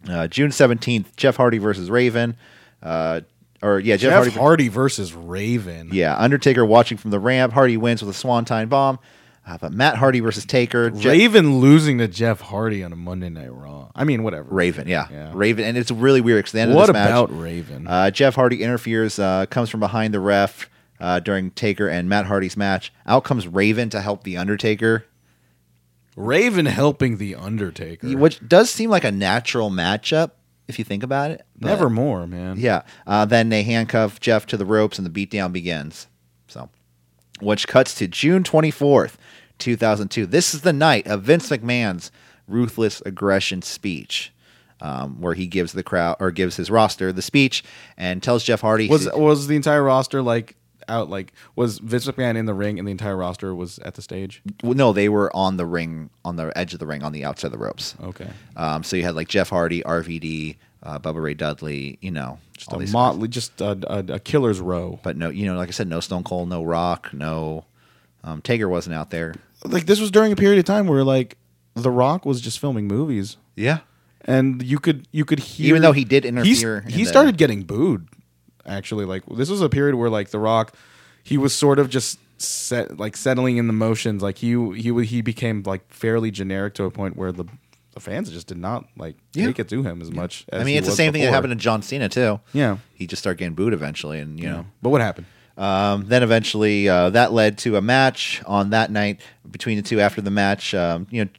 S2: Uh, June seventeenth, Jeff Hardy versus Raven. Uh, or yeah, Jeff,
S3: Jeff
S2: Hardy.
S3: Hardy, versus Raven.
S2: yeah, Undertaker watching from the ramp. Hardy wins with a Swanton bomb. Uh, but Matt Hardy versus Taker. Je-
S3: Raven losing to Jeff Hardy on a Monday Night Raw. I mean, whatever.
S2: Raven, yeah.
S3: Yeah.
S2: Raven, and it's really weird because the end
S3: What
S2: of this match,
S3: about Raven?
S2: Uh, Jeff Hardy interferes, uh, comes from behind the ref uh, during Taker and Matt Hardy's match. Out comes Raven to help the Undertaker,
S3: Raven helping the Undertaker.
S2: which does seem like a natural matchup if you think about it.
S3: uh,
S2: but-
S3: Nevermore, man.
S2: Yeah. Uh, then they handcuff Jeff to the ropes and the beatdown begins. So, which cuts to June 24th, 2002. This is the night of Vince McMahon's ruthless aggression speech. Um, where he gives the crowd or gives his roster the speech and tells Jeff Hardy
S3: Was was the entire roster like out? Like was Vince McMahon in the ring and the entire roster was at the stage?
S2: Well, no, they were on the ring, on the edge of the ring, on the outside of the ropes.
S3: Okay,
S2: Um, so you had like Jeff Hardy, RVD, uh, Bubba Ray Dudley, you know, just all
S3: a
S2: these.
S3: motley, just a, a, a killer's row.
S2: but no, you know, like I said, no Stone Cold, no Rock, no um, Taker wasn't out there.
S3: Like this was during a period of time where like The Rock was just filming movies,
S2: Yeah,
S3: and you could you could hear
S2: Even though he did
S3: He's-
S2: interfere in
S3: he
S2: the-
S3: started getting booed. Actually, like this was a period where like The Rock, he was sort of just set like settling in the motions. Like he he he became like fairly generic to a point where the the fans just did not like
S2: Yeah.
S3: take it to him as much. As
S2: I mean,
S3: he
S2: it's the
S3: was
S2: same thing that
S3: before.
S2: happened to John Cena too.
S3: Yeah.
S2: he just started getting booed eventually, and you know,
S3: But what happened?
S2: Um, then eventually uh, that led to a match on that night between the two. After the match, um, you know,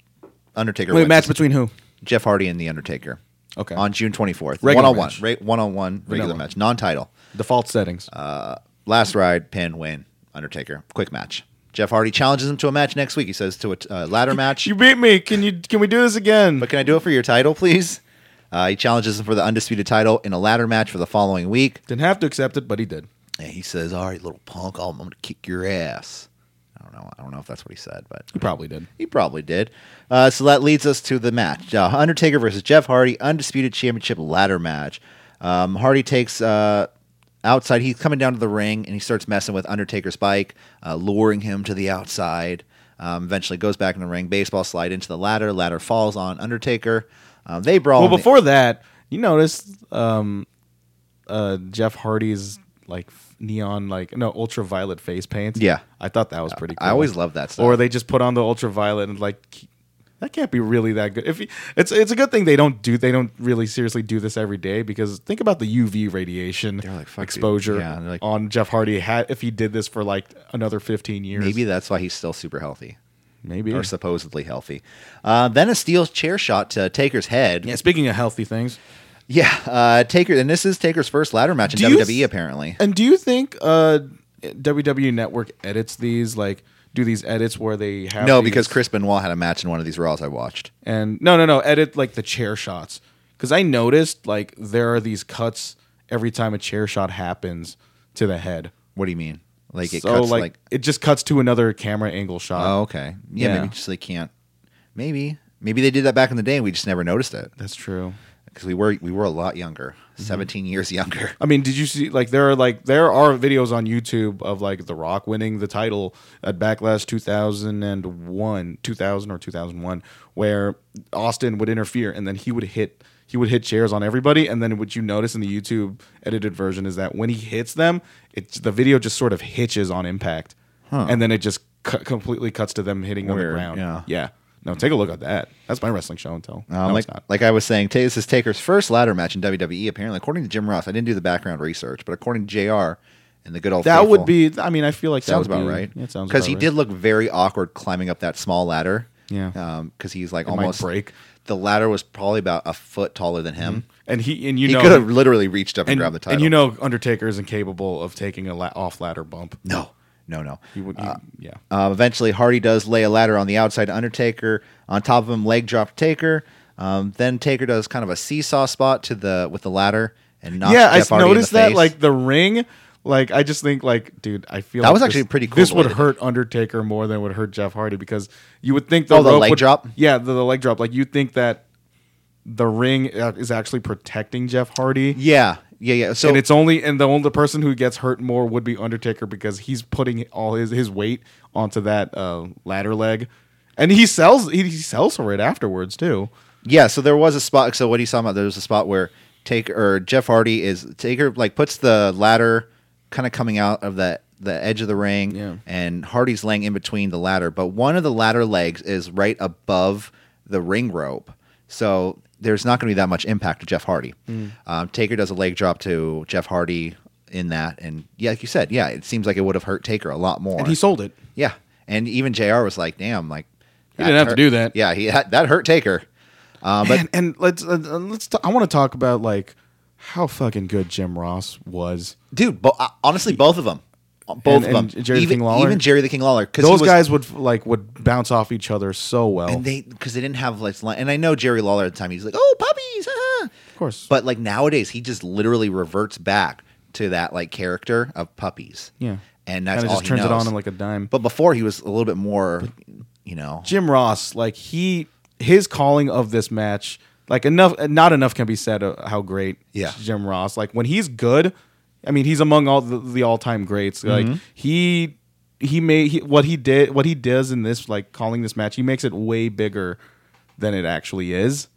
S2: Undertaker
S3: Wait,
S2: wins.
S3: match between who?
S2: Jeff Hardy and the Undertaker.
S3: Okay.
S2: on June twenty fourth, one
S3: Regular
S2: on one,
S3: match.
S2: one on one regular
S3: Vanilla.
S2: match, non title.
S3: Default settings.
S2: Last ride, pin, win, Undertaker, quick match. Jeff Hardy challenges him to a match next week. He says to a uh, ladder match.
S3: you beat me. Can you? Can we do this again?
S2: But can I do it for your title, please? Uh, he challenges him for the undisputed title in a ladder match for the following week.
S3: Didn't have to accept it, but he did.
S2: And he says, "All right, little punk, I'm, I'm gonna kick your ass." I don't know. I don't know if that's what he said, but
S3: He probably did.
S2: he probably did. Uh, so that leads us to the match: uh, Undertaker versus Jeff Hardy, undisputed championship ladder match. Um, Hardy takes uh, outside. He's coming down to the ring and he starts messing with Undertaker's bike, uh, luring him to the outside. Um, eventually, goes back in the ring. Baseball slide into the ladder. Ladder falls on Undertaker. Um, they brawl.
S3: Well,
S2: in the-
S3: before that, you noticed um, uh, Jeff Hardy's like f- neon, like no ultraviolet face paint.
S2: Yeah.
S3: I thought that was pretty. cool.
S2: I always love that stuff.
S3: Or they just put on the ultraviolet and like. ke- That can't be really that good. If you, it's it's a good thing they don't do they don't really seriously do this every day because think about the UV radiation
S2: like, "Fuck, dude."
S3: exposure
S2: Yeah, they're like-
S3: on Jeff Hardy had if he did this for like another fifteen years
S2: maybe that's why he's still super healthy.
S3: maybe
S2: or supposedly healthy. Uh, then a steel chair shot to Taker's head.
S3: yeah speaking of healthy things
S2: Yeah, uh, Taker, and this is Taker's first ladder match in
S3: Do you
S2: WWE.
S3: th-
S2: apparently,
S3: And do you think uh, WWE Network edits these? Like, do these edits where they have
S2: no,
S3: these-
S2: because Chris Benoit had a match in one of these Raws I watched.
S3: and no, no, no, edit like the chair shots because I noticed like there are these cuts every time a chair shot happens to the head.
S2: What do you mean? Like it
S3: so
S2: cuts
S3: like,
S2: like,
S3: it just cuts to another camera angle shot.
S2: oh okay yeah,
S3: Yeah.
S2: maybe just they can't maybe maybe they did that back in the day and we just never noticed it
S3: That's true.
S2: because we were we were a lot younger,
S3: Mm-hmm.
S2: seventeen years younger.
S3: I mean, did you see like there are like there are videos on YouTube of like The Rock winning the title at Backlash 2001, 2000 or 2001 where Austin would interfere and then he would hit he would hit chairs on everybody and then what you notice in the YouTube edited version is that when he hits them, it's the video just sort of hitches on impact. And then it just cu- completely cuts to them hitting on
S2: Weird,
S3: the ground.
S2: yeah.
S3: Yeah. No, take a look at that. That's my wrestling show and tell.
S2: Um,
S3: no,
S2: like,
S3: it's not.
S2: like I was saying, Ta- this is Taker's first ladder match in WWE. Apparently, according to Jim Ross, I didn't do the background research, but according to Jr. and the good old
S3: That
S2: faithful-
S3: would be. I mean, I feel like that
S2: sounds
S3: would
S2: about
S3: be-
S2: right.
S3: Yeah, it sounds
S2: because
S3: about
S2: he
S3: right.
S2: did look very awkward climbing up that small ladder.
S3: Yeah.
S2: because he's like
S3: It might
S2: almost
S3: break.
S2: The ladder was probably about a foot taller than him.
S3: and he and you
S2: He
S3: know
S2: could have literally reached up and,
S3: and,
S2: grabbed the title.
S3: and you know Undertaker is incapable of taking a la- off ladder bump.
S2: no, no, no.
S3: He would, he- yeah.
S2: Uh, eventually, Hardy does lay a ladder on the outside to Undertaker. On top of him, leg drop Taker. Um, then Taker does kind of a seesaw spot to the with the ladder and knocks
S3: Yeah, I
S2: Jeff
S3: s-
S2: Hardy in the
S3: noticed that.
S2: face.
S3: Like the ring, like I just think, like dude, I feel
S2: That
S3: like
S2: was
S3: this-
S2: actually pretty cool
S3: This
S2: the
S3: would
S2: way they
S3: hurt Undertaker more than it would hurt Jeff Hardy because you would think the,
S2: Oh, the
S3: rope
S2: leg
S3: would-
S2: drop?
S3: Yeah, the, the leg drop. Like you think that the ring uh, is actually protecting Jeff Hardy.
S2: yeah, yeah, yeah. So
S3: and it's only and the only person who gets hurt more would be Undertaker because he's putting all his his weight onto that uh, ladder leg, and he sells he, he sells for it afterwards too.
S2: Yeah, so there was a spot. So what he's talking about, there was a spot where take or Jeff Hardy is Taker like puts the ladder kind of coming out of that the edge of the ring,
S3: Yeah.
S2: and Hardy's laying in between the ladder, but one of the ladder legs is right above the ring rope, so there's not going to be that much impact to Jeff Hardy.
S3: Hmm.
S2: Um, Taker does a leg drop to Jeff Hardy in that, and yeah, like you said, yeah, it seems like it would have hurt Taker a lot more.
S3: and he sold it.
S2: Yeah, and even Jr. was like, "Damn, like
S3: He
S2: that
S3: didn't have to
S2: hurt-
S3: do that.
S2: Yeah, he that, that hurt Taker. Um, but
S3: and, and let's uh, let's. T- I want to talk about like how fucking good Jim Ross was.
S2: dude, bo- uh, honestly, both of them, both
S3: And-
S2: of them,
S3: and Jerry the
S2: even,
S3: King Lawler?
S2: even Jerry the King Lawler, because
S3: Those guys would like would bounce off each other so well.
S2: and they because they didn't have like, li- and I know Jerry Lawler at the time, he's like, "Oh, puppies," ah.
S3: of course,
S2: but like nowadays, he just literally reverts back to that like character of puppies.
S3: Yeah.
S2: and
S3: kind
S2: that's
S3: of
S2: all
S3: just
S2: he
S3: turns it
S2: knows.
S3: on in like a dime.
S2: but before he was a little bit more, you know,
S3: Jim Ross, like he his calling of this match, like enough not enough can be said of how great
S2: Yeah.
S3: Jim Ross. Like when he's good, I mean he's among all the, the all-time greats. Like he he made he, what he did what he does in this like calling this match, he makes it way bigger than it actually is.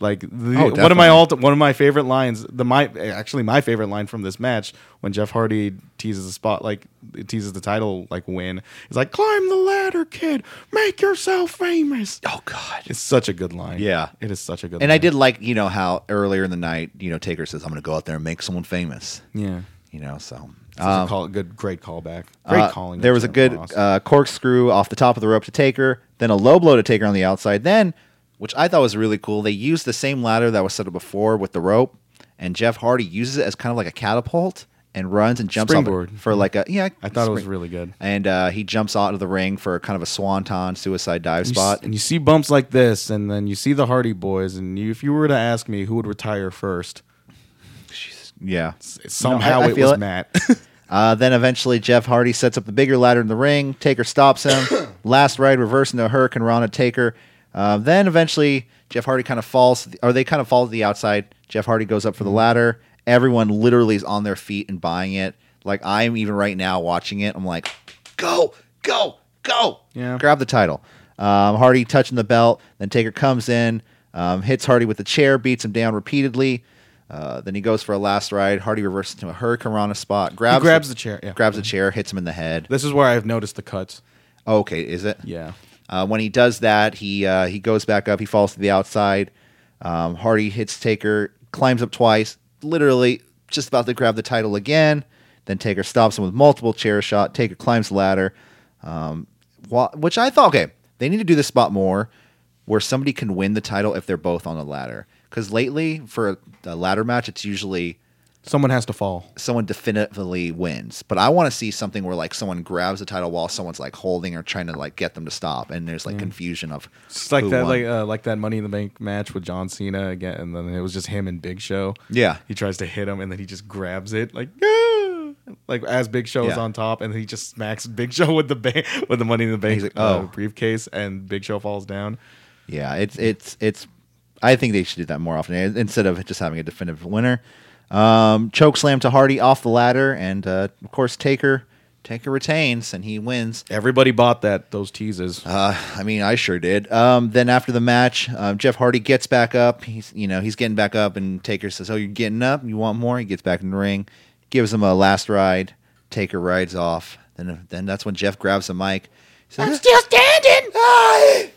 S3: Like the,
S2: Oh,
S3: one of my
S2: definitely.
S3: all one of my favorite lines, the my actually my favorite line from this match when Jeff Hardy teases the spot like teases the title like win. He's like, "Climb the ladder, kid. Make yourself famous."
S2: oh god,
S3: It's such a good line.
S2: Yeah.
S3: it is such a good.
S2: And
S3: line.
S2: I did like, you know, how earlier in the night, you know, Taker says, I'm going to go out there and make someone famous,
S3: Yeah,
S2: you know, so.
S3: Such
S2: Um,
S3: a call, good, great callback. Great
S2: uh,
S3: calling.
S2: There was a
S3: Jim
S2: good
S3: Ross.
S2: uh, corkscrew off the top of the rope to Taker, then a low blow to Taker on the outside. Then, which I thought was really cool, they used the same ladder that was set up before with the rope, and Jeff Hardy uses it as kind of like a catapult and runs and jumps off
S3: Springboard.
S2: for like a, yeah.
S3: I thought it was
S2: spring-
S3: really good.
S2: And uh, he jumps out of the ring for kind of a swanton suicide dive
S3: You s-
S2: spot.
S3: and you see bumps like this, and then you see the Hardy Boys, and you, if you were to ask me who would retire first,
S2: yeah.
S3: somehow
S2: I
S3: it
S2: feel
S3: was
S2: it.
S3: Matt.
S2: Uh, then eventually Jeff Hardy sets up the bigger ladder in the ring. Taker stops him. Last ride reverse into a Hurricane Rana Taker. Uh, then eventually Jeff Hardy kind of falls, or they kind of fall to the outside. Jeff Hardy goes up for the ladder. Everyone literally is on their feet and buying it. Like I'm even right now watching it. I'm like, go, go, go.
S3: Yeah.
S2: Grab the title. Um, Hardy touching the belt. Then Taker comes in, um, hits Hardy with the chair, beats him down repeatedly. Uh, then he goes for a last ride. Hardy reverses into a Hurricane Rana spot. Grabs,
S3: grabs the chair, yeah.
S2: Grabs the chair, hits him in the head.
S3: this is where I've noticed the cuts.
S2: Oh, okay, is it?
S3: Yeah.
S2: Uh, when he does that, he uh, he goes back up. He falls to the outside. Um, Hardy hits Taker, climbs up twice, literally just about to grab the title again. Then Taker stops him with multiple chair shot. Taker climbs the ladder, um, wha- which I thought, okay, they need to do this spot more, where somebody can win the title if they're both on the ladder. Because lately, for a, a ladder match, it's usually
S3: Someone has to fall.
S2: someone definitively wins. But I want to see something where like someone grabs the title while someone's like holding or trying to like get them to stop, and there's like confusion of
S3: Mm. It's like
S2: who
S3: that,
S2: won.
S3: like uh, like that Money in the Bank match with John Cena again, and then it was just him and Big Show.
S2: Yeah.
S3: he tries to hit him, and then he just grabs it like, "Ah!" like as Big Show is
S2: Yeah.
S3: on top, and he just smacks Big Show with the ba- with the Money in the Bank
S2: like,
S3: uh,
S2: "Oh."
S3: briefcase, and Big Show falls down.
S2: yeah, it's it's it's. I think they should do that more often in- instead of just having a definitive winner. Um, choke slam to Hardy off the ladder, and uh, of course Taker Taker retains and he wins.
S3: Everybody bought that those teases.
S2: Uh, I mean, I sure did. Um, then after the match, um, Jeff Hardy gets back up. He's, you know, he's getting back up, and Taker says, "Oh, you're getting up. You want more?" He gets back in the ring, gives him a last ride. Taker rides off. Then, then that's when Jeff grabs the mic. He says, "I'm still standing. I,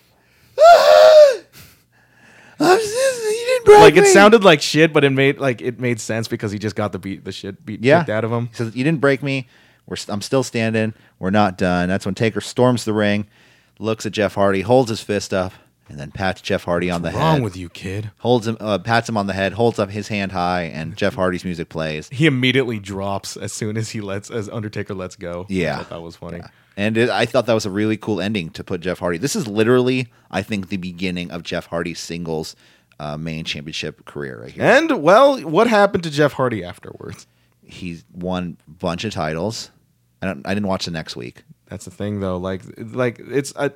S2: am still, you didn't break
S3: like
S2: me."
S3: it sounded like shit, but it made like it made sense because he just got the beat the shit beat
S2: yeah.
S3: kicked out of him.
S2: He says, "You didn't break me. We're st- I'm still standing. We're not done." That's when Taker storms the ring, looks at Jeff Hardy, holds his fist up, and then pats Jeff Hardy on the
S3: Wrong
S2: head.
S3: with you, kid?
S2: holds him, uh, pats him on the head, holds up his hand high, and Jeff Hardy's music plays.
S3: He immediately drops as soon as he lets as Undertaker lets go.
S2: Yeah.
S3: I thought that was funny.
S2: And it, I thought that was a really cool ending to put Jeff Hardy. This is literally, I think, the beginning of Jeff Hardy's singles uh, main championship career right here.
S3: And well, what happened to Jeff Hardy afterwards?
S2: He's won a bunch of titles. I, don't, I didn't watch the next week.
S3: That's the thing, though. Like, like it's uh,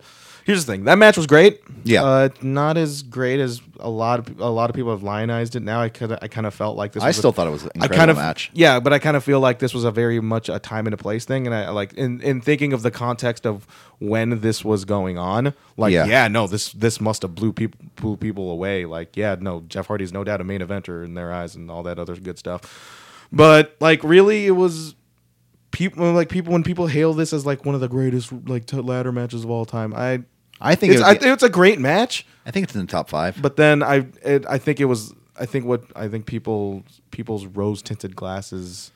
S3: here's the thing. That match was great.
S2: Yeah.
S3: uh, not as great as a lot of pe- a lot of people have lionized it. Now I could I kind of felt like this.
S2: I
S3: was a-
S2: still thought it was an
S3: I
S2: incredible
S3: kind of
S2: match.
S3: yeah, but I kind of feel like this was a very much a time and a place thing, and I like in in thinking of the context of when this was going on, like
S2: Yeah.
S3: yeah, no, this this must have blew people blew people away. Like yeah, no, Jeff Hardy's no doubt a main eventer in their eyes and all that other good stuff, but like really, it was people like people when people hail this as like one of the greatest like t- ladder matches of all time. I
S2: I think it
S3: it's,
S2: was
S3: I,
S2: the-
S3: think it's a great match,
S2: I think it's in the top five.
S3: but then I it, I think it was I think what I think people people's rose tinted glasses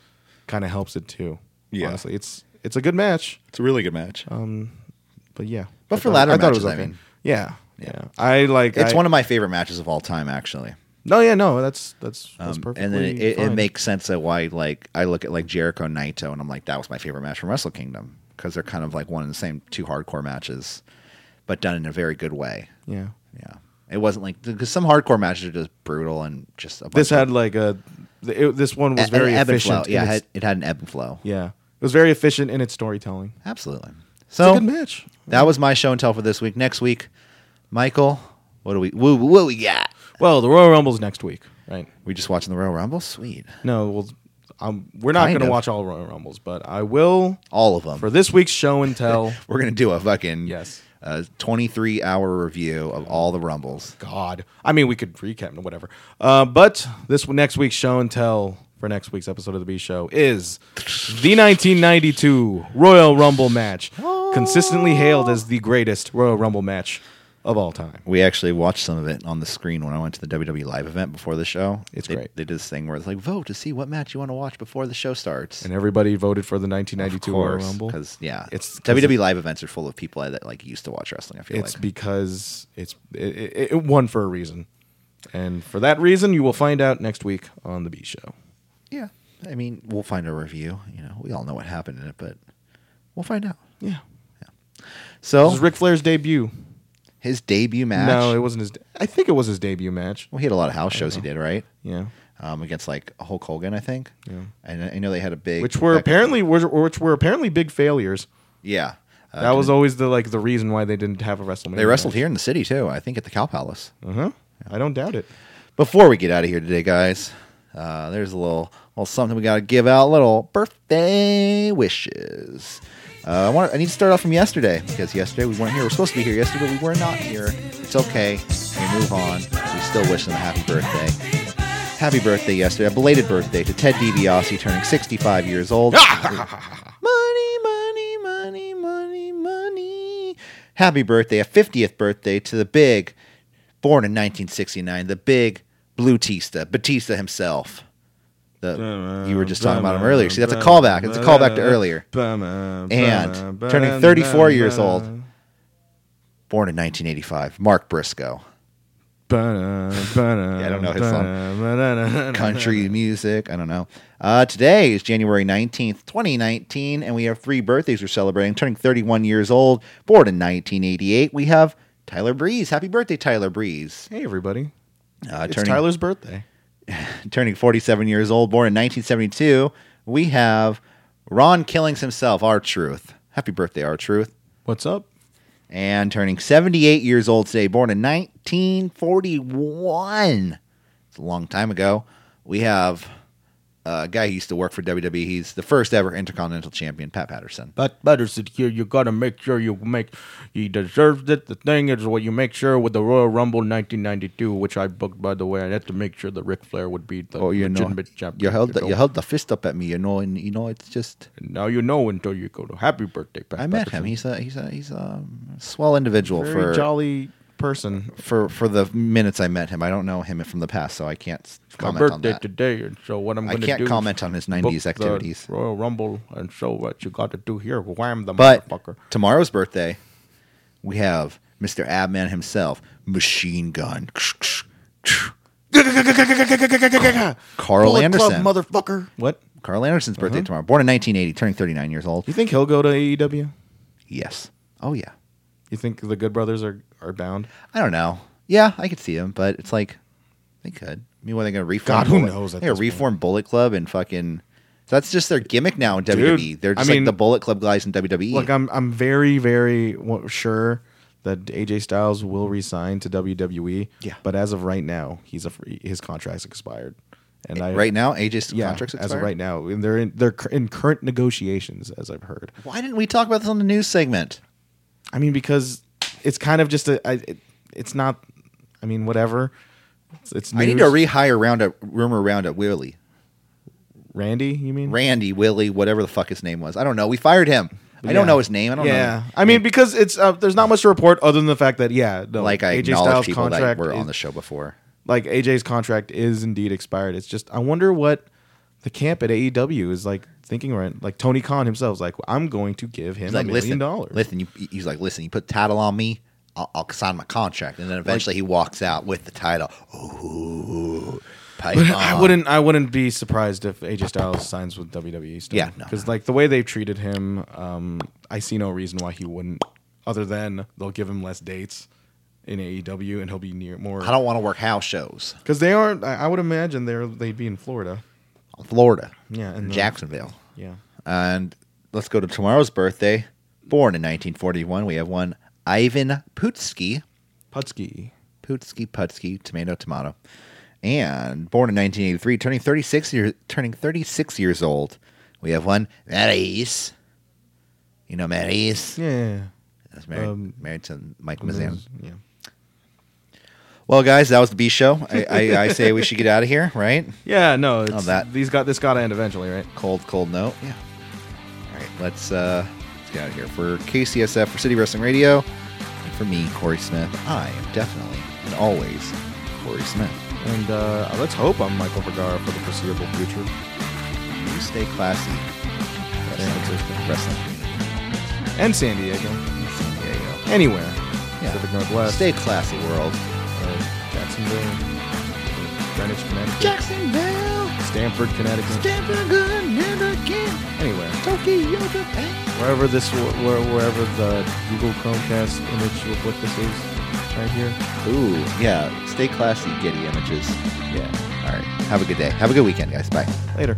S3: kind of helps it too.
S2: Yeah.
S3: honestly, it's it's a good match, um,
S2: It's a really good match.
S3: but yeah.
S2: But
S3: I
S2: for
S3: thought-
S2: ladder
S3: I thought it
S2: matches,
S3: was
S2: I
S3: okay.
S2: mean.
S3: yeah, yeah. I like
S2: it's
S3: I-
S2: one of my favorite matches of all time, actually.
S3: no, yeah, no. That's that's that's
S2: Um,
S3: perfect.
S2: and then it, it, it makes sense that why like I look at like Jericho Naito and I'm like that was my favorite match from Wrestle Kingdom because they're kind of like one and the same two hardcore matches, but done in a very good way.
S3: yeah.
S2: Yeah, it wasn't like because some hardcore matches are just brutal and just a bunch
S3: This
S2: of-
S3: had like a th- it, this one was
S2: a-
S3: very
S2: an E-, ebb and flow.
S3: efficient. in
S2: Yeah, it
S3: its-
S2: had, it had an ebb and flow.
S3: yeah. It was very efficient in its storytelling.
S2: Absolutely.
S3: It's
S2: So
S3: a good match.
S2: that was my show and tell for this week. Next week, Michael, what do we woo what we got?
S3: Well, the Royal Rumble's next week, right?
S2: We just watching the Royal Rumble. Sweet,
S3: No, well, um, we're not
S2: Kind
S3: going to
S2: of.
S3: watch all Royal Rumbles, but I will
S2: all of them.
S3: for this week's show and tell.
S2: We're gonna do a fucking
S3: Yes.
S2: uh, twenty three hour review of all the Rumbles.
S3: God, I mean, we could recap and whatever. Uh, but this next week's show and tell for next week's episode of the B Show is the 1992 Royal Rumble match, consistently hailed as the greatest Royal Rumble match of all time.
S2: We actually watched some of it on the screen when I went to the WWE live event before the show.
S3: It's
S2: They-
S3: great.
S2: They did this thing where it's like vote to see what match you want to watch before the show starts.
S3: And everybody voted for the 1992 Royal Rumble
S2: because yeah, E
S3: It's-
S2: it's WWE live events are full of people that like used to watch wrestling. I feel
S3: It's
S2: like
S3: because it's it, it, it won for a reason, and for that reason, you will find out next week on the B Show.
S2: Yeah. I mean, we'll find a review. You know, we all know what happened in it, but we'll find out.
S3: Yeah. This
S2: So
S3: is Ric Flair's debut.
S2: his debut match.
S3: No, it wasn't his. De- I think it was his debut match.
S2: well, he had a lot of house shows he did, right?
S3: Yeah,
S2: Um, against like Hulk Hogan, I think.
S3: Yeah.
S2: And I- I know they had a big,
S3: which were
S2: back-
S3: apparently were, which were apparently big failures.
S2: yeah. Uh,
S3: that was always the like the reason why they didn't have a WrestleMania.
S2: they wrestled here in the city too. I think at the Cow Palace.
S3: Uh huh. I don't doubt it.
S2: Before we get out of here today, guys, uh, there's a little, little something we got to give out. Little birthday wishes. Uh, I want. I need to start off from yesterday because yesterday we weren't here. We're supposed to be here yesterday, but we were not here. It's okay. We move on. We still wish them a happy birthday. Happy birthday yesterday. A belated birthday to Ted DiBiase, turning 65 years old. Money, money, money, money, money. Happy birthday, a 50th birthday to the big, born in 1969, the big Blue Tista, Batista himself. The, you were just talking about him earlier. See, that's a callback. It's a callback to earlier. And turning 34 years old, born in 1985, Mark Briscoe.
S3: I
S2: I don't know his country music. I don't know. Uh, today is January 19th, 2019, and we have three birthdays we're celebrating. Turning 31 years old, born in 1988, we have Tyler Breeze. Happy birthday, Tyler Breeze.
S3: Hey everybody!
S2: Uh,
S3: It's
S2: turning,
S3: Tyler's birthday.
S2: turning 47 years old, born in 1972, we have Ron Killings himself, R Truth. Happy birthday, R Truth.
S3: What's up?
S2: And turning 78 years old today, born in 1941. It's a long time ago. We have a guy who used to work for WWE. He's the first ever Intercontinental Champion, Pat Patterson.
S3: But better secure. You gotta make sure you make. You deserved it. The thing is, what you make sure with the Royal Rumble 1992, which I booked by the way, I had to make sure that Ric Flair would be the legitimate champion.
S2: Oh, you held the,
S3: know?
S2: you held the fist up at me, you know, and you know it's just.
S3: Now you know until you go to Happy Birthday. Pat
S2: I met him. He's a he's a he's a swell individual for
S3: jolly person.
S2: for for the minutes I met him. I don't know him from the past, so I can't comment on that.
S3: today, and so what I'm
S2: I
S3: gonna
S2: can't
S3: do is
S2: comment on his 90s
S3: book the
S2: activities.
S3: Royal Rumble, and so what you got to do here? Wham the
S2: But
S3: motherfucker!
S2: tomorrow's birthday, we have Mr. Abman himself, Machine Gun, Carl
S3: Bullet Club,
S2: Anderson.
S3: motherfucker. What?
S2: Carl Anderson's birthday
S3: Uh-huh.
S2: tomorrow. Born in 1980, turning 39 years old.
S3: You think he'll go to AEW?
S2: Yes. Oh yeah.
S3: You think the Good Brothers are are bound?
S2: I don't know. Yeah, I could see him, but it's like they could. I mean, what are they going to reform?
S3: God, who
S2: Bullet-
S3: knows at
S2: They're
S3: this
S2: reform Bullet Club and fucking. that's just their gimmick now in WWE. They're
S3: I
S2: just
S3: mean-
S2: like the Bullet Club guys in E. WWE.
S3: Look, I'm I'm very very wa- sure that AJ Styles will resign to WWE.
S2: Yeah.
S3: But as of right now, he's a free, his contract's expired, and I
S2: right now, AJ's
S3: yeah
S2: contract's
S3: as of
S2: expired?
S3: right now and they're in they're cur- in current negotiations as I've heard.
S2: Why didn't we talk about this on the news segment?
S3: I mean because it's kind of just a I, it, it's not. I mean whatever. It's, it's
S2: I need to
S3: news.
S2: rehire roundup rumor roundup Willie,
S3: Randy. You mean
S2: Randy Willie, whatever the fuck his name was. I don't know. We fired him. I don't
S3: Yeah.
S2: know his name. I don't
S3: yeah. I mean, because it's uh, there's not much to report other than the fact that yeah, no,
S2: know. Like I acknowledge people that were
S3: is-
S2: on the show before.
S3: like AJ's contract is indeed expired. It's just I wonder what the camp at AEW is like thinking right. Like Tony Khan himself is like, I'm going to give him
S2: He's like,
S3: a million
S2: listen,
S3: dollars.
S2: listen. You, he's like, listen. You put the title on me, I'll, I'll sign my contract, and then eventually he walks out with the title. Ooh, pipe
S3: But I
S2: bomb.
S3: wouldn't. I wouldn't be surprised if AJ Styles signs with WWE. Still.
S2: Yeah, no.
S3: because like the way they've treated him, um, I see no reason why he wouldn't. Other than they'll give him less dates in AEW, and he'll be near more.
S2: I don't want to work house shows.
S3: because they are. I, I would imagine they're they'd be in Florida.
S2: Florida,
S3: Yeah, and the-
S2: Jacksonville.
S3: Yeah.
S2: And let's go to tomorrow's birthday. Born in 1941, we have one Ivan Putski,
S3: Putski.
S2: Putski Putski, tomato tomato, and born in 1983, turning 36 years turning 36 years old. We have one Maris. You know Maris.
S3: Yeah.
S2: That's married,
S3: Um,
S2: married to Mike Mazan.
S3: Yeah.
S2: Well, guys, that was the B show. I, I, I say we should get out of here, right?
S3: Yeah, no, it's,
S2: that.
S3: these got this got to end eventually, right?
S2: Cold, cold note. Yeah. All right, let's uh, let's get out of here for KCSF for City Wrestling Radio. And for me, Corey Smith, I am definitely and always Corey Smith.
S3: And uh, let's hope I'm Michael Vergara for the foreseeable future.
S2: You stay classy. Wrestling, wrestling community.
S3: And San Diego,
S2: There you
S3: anywhere,
S2: Yeah.
S3: Pacific
S2: go.
S3: Northwest,
S2: Stay classy, world.
S3: uh, Jacksonville, Greenwich, Connecticut,
S2: Jacksonville,
S3: Stamford, Connecticut,
S2: Stanford, good, never again.
S3: anywhere,
S2: Tokyo, Japan.
S3: wherever this, where, wherever the Google Chromecast image of what this is, right here.
S2: Ooh, yeah. Stay classy, Getty images.
S3: Yeah.
S2: All right. Have a good day. Have a good weekend, guys. Bye.
S3: Later.